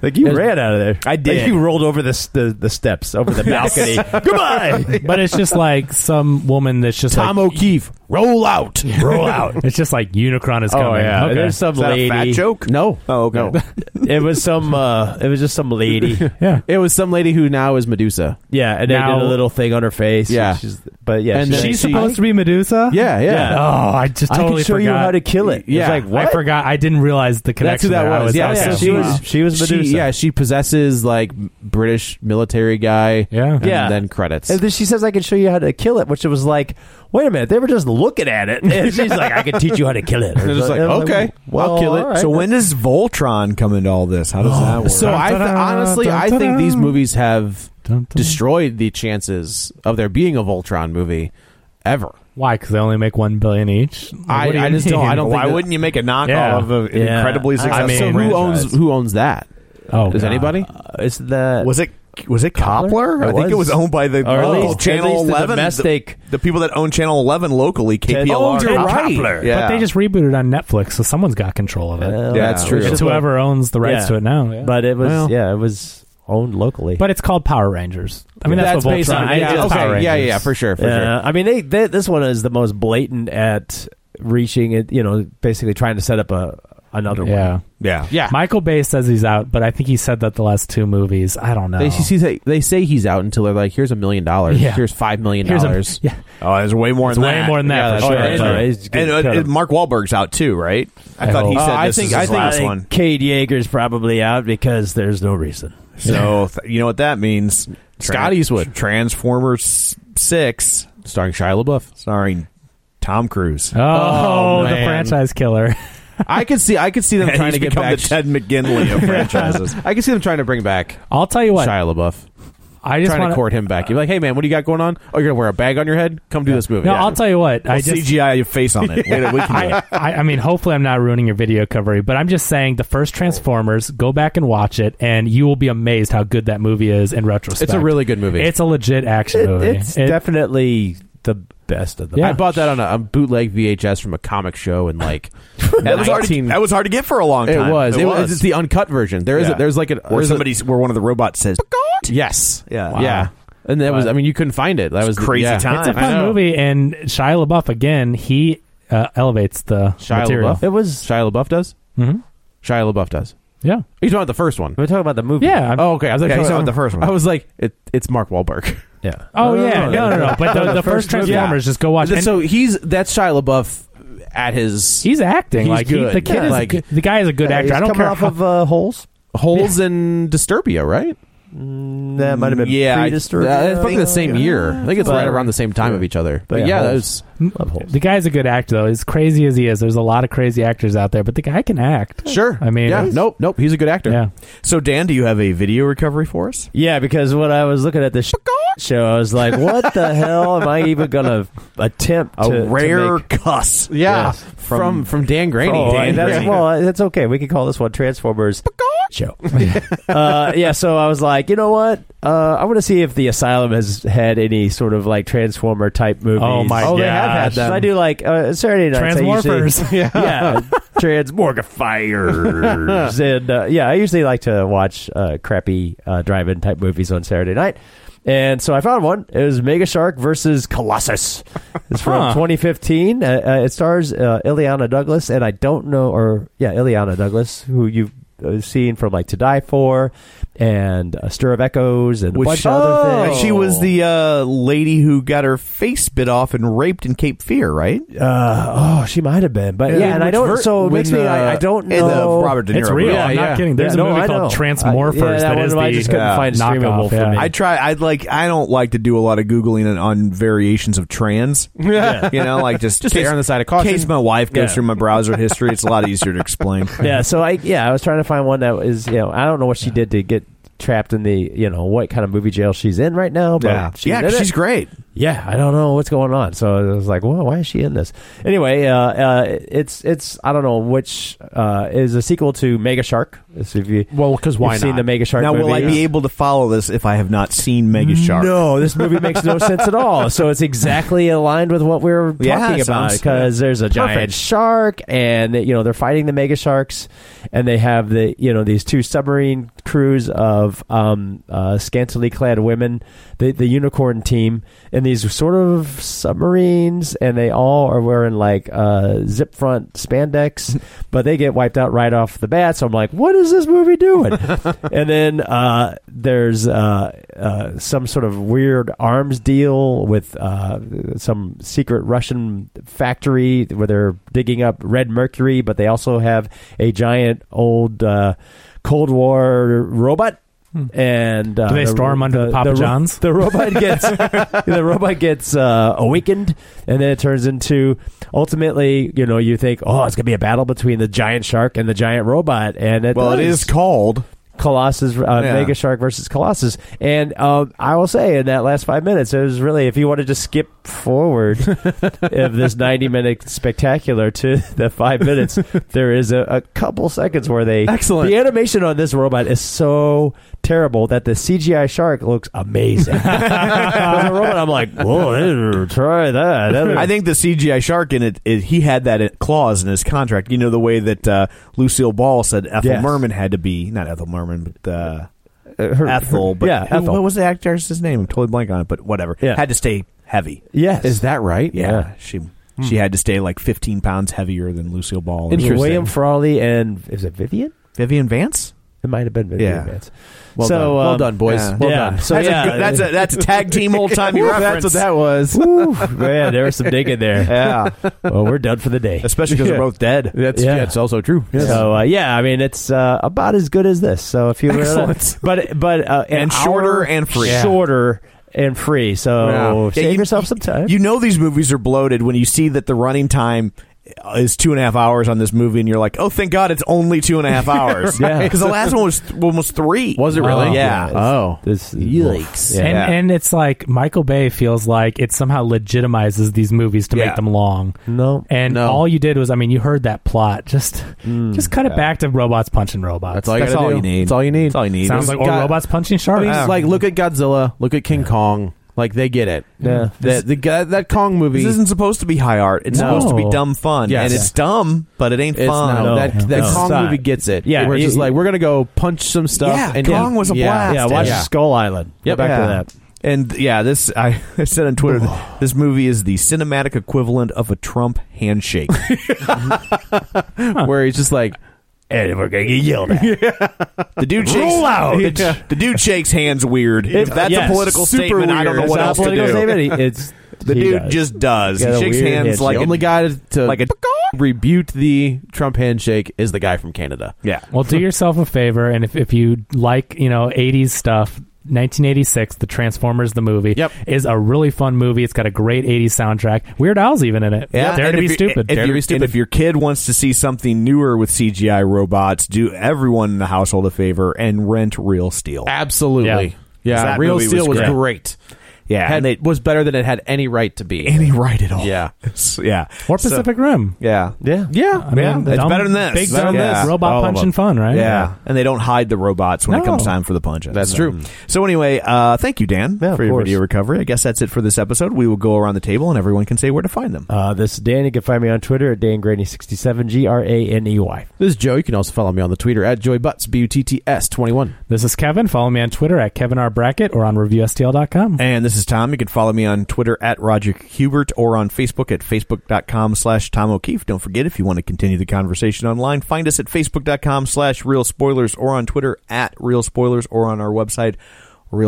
S2: Like you ran out of there.
S9: I did.
S2: Like you rolled over the s- the, the steps, over the balcony. Goodbye.
S3: But it's just like some woman that's just
S1: Tom
S3: like,
S1: O'Keefe, roll out.
S3: roll out. It's just like Unicron is coming. Okay.
S2: Oh, There's some
S9: Is that
S2: lady.
S9: a fat joke?
S1: No.
S9: Oh, okay.
S1: No.
S2: It was some. Uh, it was just some lady.
S3: yeah.
S1: It was some lady who now is Medusa.
S2: Yeah, and
S3: Now-
S2: they did a little thing on her face.
S1: Yeah.
S2: she's, but yeah,
S1: And
S2: she-
S1: then
S3: She's
S1: she-
S3: supposed to be Medusa.
S1: Yeah, yeah.
S3: Oh, I just
S2: I
S3: totally
S2: can show
S3: forgot.
S2: you how to kill it.
S1: Yeah.
S2: it's like what?
S3: I forgot. I didn't realize the
S1: That's
S3: connection.
S1: who that
S3: there. I oh,
S1: was. yeah,
S3: I
S1: yeah.
S2: she was-
S1: Wow.
S2: she was Medusa.
S1: yeah, Uh, she possesses like British military guy.
S3: Yeah.
S1: and
S2: Yeah.
S1: Then credits.
S2: And then she says, "I can show you how to kill it," which it was like, "Wait a minute, they were just looking at it." And she's like, "I can teach you how to kill it."
S1: They're just like,
S2: And I'm
S1: "Okay, I'll
S2: well,
S1: kill it."
S2: all right."
S9: So when does Voltron come into all this? How does that work?
S1: So I th- honestly, I think these movies have destroyed the chances of there being a Voltron movie ever.
S3: Why? Because they only make one billion each. Like,
S1: I-
S3: what do you
S1: I just don't-
S3: mean?
S1: I don't
S9: why
S1: think that-
S9: wouldn't you make a knockoff
S3: Yeah.
S9: of an
S2: Yeah.
S9: incredibly
S2: I mean,
S9: successful?
S1: so who
S9: franchise?
S1: owns who owns that?
S3: Oh,
S1: Does
S3: God.
S1: anybody?
S2: Uh, it's the
S9: Was it was it Coppler?
S2: It
S9: I think it
S2: was.
S9: was owned by the
S2: Or at
S9: local
S2: least- at
S9: Channel
S2: least the
S9: Eleven.
S2: domestic-
S9: the, the people that own Channel Eleven locally, KPLR.
S2: Oh, you're right.
S9: Coppler.
S3: But
S9: Yeah.
S3: they just rebooted on Netflix, so someone's got control of it.
S2: Well,
S1: Yeah, that's true.
S3: It's whoever owns the rights
S2: Yeah.
S3: to it now. yeah.
S2: But it was
S1: Well-
S2: yeah, it was owned locally.
S3: But it's called Power Rangers. I mean, that's, what
S1: based
S3: Voltron
S1: on
S3: is.
S1: yeah,
S3: It's
S1: okay,
S3: Power
S1: yeah, yeah,
S3: Rangers.
S1: yeah, for sure, for
S2: yeah, I mean, they, they, this one is the most blatant at reaching it. You know, basically trying to set up a another
S3: Yeah.
S2: one.
S9: yeah,
S1: Yeah.
S3: Michael Bay says he's out, but I think he said that the last two movies. I don't know.
S1: They, she- she say, they say he's out until they're like, here's a million dollars.
S3: Yeah.
S1: Here's five million
S3: Here's a-
S1: dollars.
S3: yeah,
S9: Oh, there's way more
S3: it's
S9: than
S3: way
S9: that.
S3: more than that for
S1: Yeah,
S3: sure.
S1: that's
S2: right.
S3: Yeah.
S2: He's gonna
S9: And, uh,
S2: cut
S9: and
S2: him.
S9: Mark Wahlberg's out too, right? I,
S3: Oh, I
S9: thought he
S3: hope.
S9: said
S1: Uh, I
S9: this
S1: think-
S9: is
S1: I
S9: his
S1: think-
S2: I
S9: last
S2: think
S9: one.
S2: Cade Yeager's probably out because there's no reason.
S9: So th- you know what that means?
S1: Scott Eastwood.
S9: Transformers Six,
S1: Starring Shia LaBeouf.
S9: starring Tom Cruise.
S3: Oh,
S1: Oh,
S3: the
S1: man.
S3: franchise killer.
S1: I could see I could see them
S9: And
S1: trying
S9: he's
S1: to get
S9: become
S1: back.
S9: the Ted McGinley of franchises.
S1: I could see them trying to bring back
S3: I'll tell you what.
S1: Shia LaBeouf.
S3: I just
S1: trying
S3: want
S1: to court him back. You're like, hey man, what do you got going on? Oh, you're gonna wear a bag on your head? Come do this movie.
S3: No,
S1: Yeah.
S3: I'll tell you what. I
S9: I'll
S3: just
S9: CGI your face on it. Wait a week.
S3: I, I, I mean, hopefully, I'm not ruining your video cover, but I'm just saying the first Transformers, go back and watch it, and you will be amazed how good that movie is in retrospect.
S1: It's a really good movie.
S3: It's a legit action
S2: It-
S3: movie.
S2: it's
S3: It-
S2: definitely the best of them.
S3: Yeah.
S1: I bought that on a, a bootleg VHS from a comic show and like
S9: That was, hard to,
S1: 19
S9: that was hard to get for a long
S1: it
S9: time.
S1: was. It was. It's the uncut version. There is a,
S9: Yeah.
S1: there's like an
S9: where
S1: there's a-
S9: somebody's where one of the robots says
S1: yes.
S9: Yeah. Wow.
S1: Yeah. And that was I mean you couldn't find it. That was
S9: It's crazy
S1: yeah.
S9: time.
S3: it's a
S9: I
S3: fun
S1: know.
S3: movie, and Shia LaBeouf again, he uh, elevates the
S1: Shia
S3: material.
S1: LaBeouf. It was Shia LaBeouf does.
S3: Mhm.
S1: Shia LaBeouf does.
S3: Yeah,
S1: Mm-hmm. He's talking about the first one.
S2: We're talking about the movie.
S3: yeah. I'm-
S1: Oh, okay. I was like,
S9: Yeah, he's talking about the first one.
S1: I was like, it, it's Mark Wahlberg.
S2: yeah.
S3: oh, yeah. No, no, no. But the, the first
S1: movie.
S3: Transformers,
S1: Yeah.
S3: just go watch. it.
S1: so he's that's Shia LaBeouf at his
S3: he's acting
S1: He's
S3: like he-
S1: good.
S3: the kid
S1: Yeah.
S3: is
S1: Like-
S3: like, the guy is a good actor. I don't care
S2: off
S3: how-
S2: of uh, holes.
S1: holes in Disturbia, right?
S3: Mm,
S1: Mm,
S2: That might have been
S1: yeah, I-
S2: pre-disturbed.
S1: yeah, it's probably the same year. I think it's
S2: But-
S1: right around the same time of each other. But
S2: Yeah,
S1: yeah, that
S2: Holes.
S1: was
S3: Mm,
S2: Love holes.
S3: The guy's a good actor, though. As crazy as he is, there's a lot of crazy actors out there, but the guy can act.
S1: sure.
S3: I mean,
S1: yeah,
S3: it's-
S1: nope, nope. He's a good actor.
S3: Yeah.
S9: So Dan, do you have a video recovery for us?
S2: Yeah, because when I was looking at this sh- show, I was like, "What the hell am I even gonna attempt
S9: A
S2: to, to
S9: rare
S2: make-
S9: cuss.
S1: Yeah,
S2: Yes.
S1: from from Dan Graney.
S2: Oh,
S9: Dan
S2: that's-
S9: Graney.
S2: well, that's okay. We can call this one Transformers show. uh, yeah, so I was like, you know what? Uh, I want to see if the Asylum has had any sort of like Transformer type movies.
S3: Oh my
S1: Oh,
S3: god!
S1: they have had
S2: So
S1: them.
S2: I do like uh, Saturday nights. I usually-
S3: Transmorphers.
S2: yeah, Transmorgifiers, and uh, yeah, I usually like to watch uh, crappy uh, drive-in type movies on Saturday night. And so I found one. It was Mega Shark versus Colossus. It's from
S3: Huh.
S2: 2015. Uh, uh, it stars uh, Ileana Douglas, and I don't know, or yeah, Ileana Douglas, who you've uh, seen from like To Die For, and a stir of echoes and a bunch of
S1: Oh.
S2: other things.
S1: She was the uh, lady who got her face bit off and raped in Cape Fear, right?
S2: Uh, oh, she might have been, but yeah, and I don't. so it makes me. I, I don't know.
S1: Robert De Niro.
S3: It's real.
S1: movie.
S3: I'm not kidding. There's
S2: Yeah,
S3: a
S2: no,
S3: movie
S2: I
S3: called
S2: know.
S3: Transmorphers
S2: I- yeah, that
S3: that
S2: one
S3: is the
S2: I just couldn't find streamable
S3: knockoff.
S2: for
S3: yeah.
S2: me.
S1: I try. I like. I don't like to do a lot of googling on, on variations of trans.
S10: Yeah.
S1: you know, like just
S10: Just
S1: case,
S10: err on the side of caution.
S1: Case my wife goes
S2: Yeah.
S1: through my browser history, it's a lot easier to explain.
S2: yeah, so I yeah, I was trying to find one that is you know I don't know what she did to get trapped in the you know what kind of movie jail she's in right now, but
S1: yeah,
S2: she
S1: yeah,
S2: did
S1: 'cause
S2: it.
S1: she's great.
S2: yeah, I don't know what's going on. So I was like, well, why is she in this? Anyway, uh, uh, it's it's I don't know which uh, is a sequel to Mega Shark. So if you
S3: Well, because
S2: you've
S3: why
S2: seen
S3: not?
S2: the Mega Shark?
S1: now, will I
S2: movies-
S1: be able to follow this if I have not seen Mega Shark?
S2: No, this movie makes no sense at all. So it's exactly aligned with what we were talking
S1: Yeah,
S2: about
S1: sounds-
S2: because there's a giant
S1: Perfect.
S2: shark, and you know they're fighting the mega sharks, and they have the you know these two submarine crews of um, uh, scantily clad women, the the unicorn team, and these sort of submarines, and they all are wearing like uh, zip front spandex, but they get wiped out right off the bat. So I'm like, what is this movie doing? and then uh, there's uh, uh, some sort of weird arms deal with uh, some secret Russian factory where they're digging up red mercury, but they also have a giant old uh, Cold War robot. And uh,
S3: Hmm. Do they store 'em under the Papa
S2: ro-
S3: John's?
S2: The robot gets the robot gets uh, awakened, and then it turns into ultimately, you know, you think, oh, it's gonna be a battle between the giant shark and the giant robot, and it
S1: Well, it
S2: does.
S1: is called.
S2: Colossus, uh,
S1: Yeah.
S2: Mega Shark versus Colossus. And um, I will say, in that last five minutes, it was really, if you want to just skip forward of this 90 minute spectacular to the five minutes, there is a, a couple seconds where they.
S1: Excellent.
S2: The animation on this robot is so terrible that the CGI shark looks amazing. As a robot, I'm like, whoa, try that. That
S1: I think the CGI shark in it, it- he had that in- clause in his contract. You know the way that uh, Lucille Ball said Ethel
S2: Yes.
S1: Merman had to be not Ethel Merman, but uh,
S2: Uh, her-
S1: Ethel. But
S2: yeah,
S1: who-
S2: Ethel.
S1: what was the actress' name? I'm totally blank on it, but whatever.
S2: Yeah.
S1: Had to stay heavy.
S2: yes.
S10: Is that right?
S1: Yeah, Hmm. she she had to stay like 15 pounds heavier than Lucille Ball.
S2: It was
S10: Interesting.
S2: William Frawley and, is it Vivian?
S1: Vivian Vance.
S2: It might have been Vivian
S1: Yeah.
S2: Vance.
S10: Well
S2: so,
S10: done. Well
S2: um,
S10: done, boys.
S1: yeah.
S10: Well
S2: yeah.
S10: done.
S2: So
S1: that's
S2: yeah,
S1: a good, that's a that's a tag team old timey
S10: Woo,
S1: reference.
S10: that's what that was.
S2: Woo, man, there was some digging there.
S1: Yeah,
S2: Well, we're done for the day.
S1: especially because
S10: Yeah.
S1: they're both dead.
S10: That's
S2: Yeah.
S10: that's also true. Yes.
S2: So uh, yeah, I mean it's uh, about as good as this. So if you were-
S1: Excellent.
S2: but but uh, an
S1: And shorter
S2: hour
S1: and free. Yeah.
S2: shorter and free. So
S1: Yeah.
S2: save
S1: Yeah, you-
S2: yourself some time.
S1: You know these movies are bloated when you see that the running time is two and a half hours on this movie, and you're like, oh, thank God, it's only two and a half hours.
S2: Yeah.
S1: because the last one was th- almost three.
S10: Was it really?
S1: Oh, yeah.
S10: Oh.
S2: this
S1: Yikes.
S2: Yeah.
S3: And,
S1: Yeah.
S3: and it's like Michael Bay feels like it somehow legitimizes these movies to
S1: Yeah.
S3: make them long.
S2: No.
S3: And
S10: No.
S3: all you did was, I mean, you heard that plot. Just, just cut it back to robots punching robots.
S10: That's all you,
S1: That's
S10: gotta
S1: all
S10: do.
S1: you need.
S10: That's all you need.
S1: That's all you need.
S3: Sounds
S10: It's
S3: like or
S10: got-
S3: robots punching
S10: I
S3: sharks.
S10: mean, like look at Godzilla, look at King Kong. Like they get it.
S2: Yeah.
S10: That the guy- that Kong movie.
S1: This isn't supposed to be high art. It's
S2: No.
S1: supposed to be dumb fun,
S10: Yes.
S1: and it's dumb, but it ain't
S10: It's
S1: fun.
S10: not,
S2: No.
S10: that
S2: No.
S10: that
S2: No.
S10: Kong
S2: It's
S10: movie
S2: not.
S10: gets it.
S2: Yeah.
S10: We're
S2: You-
S10: just like we're gonna go punch some stuff.
S1: Yeah,
S10: and
S1: Kong was a
S10: yeah.
S1: blast.
S2: yeah, watch
S10: Yeah.
S2: Skull Island. Go
S10: Yep.
S2: back
S1: Yeah.
S2: to that.
S1: And yeah, this I, I said on Twitter. that this movie is the cinematic equivalent of a Trump handshake.
S10: Where he's just like,
S2: And we're gonna get yelled at.
S1: The dude shakes
S2: Roll out.
S1: The, the dude shakes hands weird. if that's
S2: yes,
S1: a political
S2: super
S1: statement, I don't know
S2: weird.
S1: what
S2: It's not
S1: else
S2: a
S1: to do.
S2: political statement. He- It's
S1: The
S2: he
S1: dude
S2: does.
S1: just does.
S2: Got
S1: He
S2: a
S1: shakes
S2: weird
S1: hands
S2: handshake.
S1: like
S10: the
S1: an-
S10: only guy to, to
S1: like a-
S10: rebuke the Trump handshake is the guy from Canada.
S1: Yeah.
S3: Well, do yourself a favor, and if, if you like, you know, 80s stuff, 1986, the Transformers the movie
S10: Yep.
S3: is a really fun movie. It's got a great 80s soundtrack. Weird Al's even in it.
S1: Yeah,
S3: Dare
S1: and
S3: to
S1: if
S3: be
S1: you-
S3: stupid.
S1: If,
S3: Dare to
S1: your-
S3: be
S1: and
S3: stupid.
S1: if your kid wants to see something newer with CGI robots, do everyone in the household a favor and rent Real Steel.
S10: Absolutely.
S3: Yeah.
S10: Yeah,
S1: That
S10: Real
S1: movie
S10: Steel was
S1: was great.
S10: great.
S1: Yeah,
S10: Had,
S1: and it
S10: it was better than it had any right to be.
S1: any right at all.
S10: Yeah.
S1: It's- yeah,
S3: or
S1: So-
S3: Pacific Rim.
S1: yeah,
S2: yeah.
S10: Yeah,
S3: I mean, the
S1: it's
S3: dumb-
S1: better than this.
S3: Big
S1: Better
S3: dumb
S1: than this.
S3: robot
S1: All of
S3: punch
S1: them.
S3: and fun, right?
S1: Yeah, and they don't hide the robots when it
S3: No.
S1: comes time for the punches.
S10: That's
S1: So-
S10: true.
S1: So anyway, uh, thank you, Dan,
S2: Yeah, of
S1: for your
S2: course.
S1: video recovery. I guess that's it for this episode. We will go around the table and everyone can say where to find them.
S2: Uh, this is Dan. You can find me on Twitter at DanGraney67, G R A N E Y.
S10: This is Joe. You can also follow me on the Twitter at JoyButts, B U T T S 21.
S3: This is Kevin. Follow me on Twitter at Kevin R. Brackett or on ReviewSTL.com.
S1: And this is Tom. You can follow me on Twitter at Roger Hubert or on Facebook at facebook.com slash Tom O'Keefe. Don't forget, if you want to continue the conversation online, find us at facebook.com slash real spoilers or on Twitter at real spoilers or on our website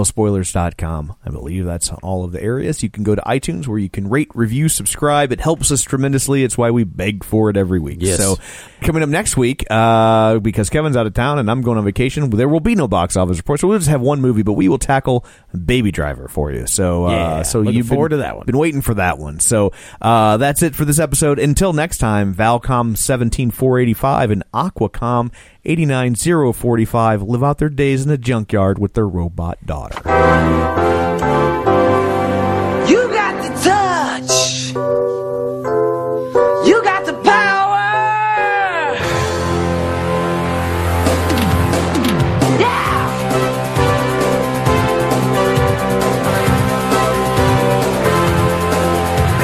S1: realspoilers.com. I believe that's all of the areas. You can go to iTunes where you can rate, review, subscribe. It helps us tremendously. It's why we beg for it every week.
S2: Yes.
S1: So coming up next week, uh, because Kevin's out of town and I'm going on vacation, there will be no box office report. So we'll just have one movie, but we will tackle Baby Driver for you. So uh,
S2: Yeah,
S1: so
S2: looking
S1: you've been-
S2: forward to that one.
S1: Been waiting for that one. So uh, that's it for this episode. Until next time, Valcom seventeen four eighty five and Aquacom eighty nine zero forty five live out their days in the junkyard with their robot daughter.
S11: You got the touch. You got the power. Yeah.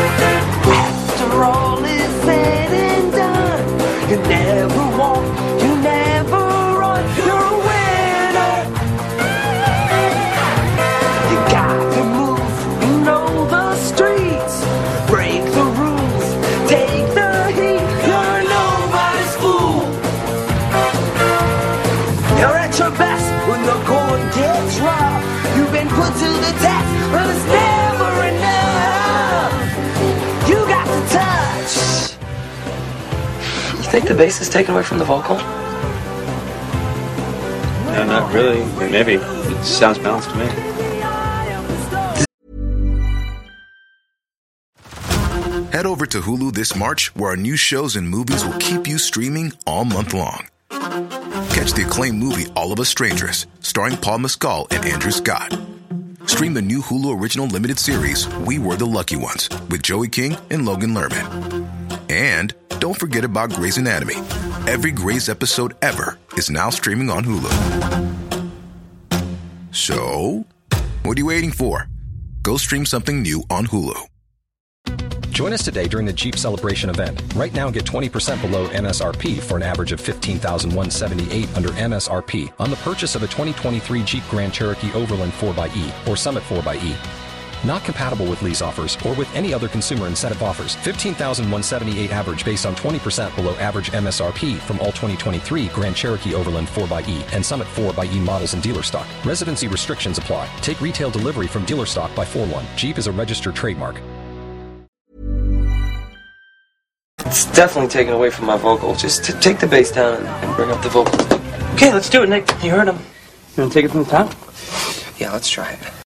S11: After all is said and done, you never walk, you never run. You're a winner. You got to move, you know the streets. Break the rules, take the heat. You're nobody's fool. You're at your best when the going gets rough. You've been put to the test, but it's never enough. You got the touch.
S12: You think the bass is taken away from the vocal?
S13: No, not really. Or Maybe. It sounds balanced to me.
S14: Head over to Hulu this March, where our new shows and movies will keep you streaming all month long. Catch the acclaimed movie All of Us Strangers, starring Paul Mescal and Andrew Scott. Stream the new Hulu original limited series We Were the Lucky Ones with Joey King and Logan Lerman. And don't forget about Grey's Anatomy. Every Grey's episode ever is now streaming on Hulu. So, what are you waiting for? Go stream something new on Hulu.
S15: Join us today during the Jeep Celebration event. Right now, get 20% below MSRP for an average of 15178 under MSRP on the purchase of a 2023 Jeep Grand Cherokee Overland 4xE or Summit 4xE. Not compatible with lease offers or with any other consumer incentive offers. 15,178 average based on 20% below average MSRP from all 2023 Grand Cherokee Overland 4xE and Summit 4xE models in dealer stock. Residency restrictions apply. Take retail delivery from dealer stock by 4 1. Jeep is a registered trademark.
S12: It's definitely taken away from my vocal. Just t- take the bass down and, and bring up the vocal. Okay, let's do it, Nick. You heard him. You want to take it from the top? Yeah, let's try it.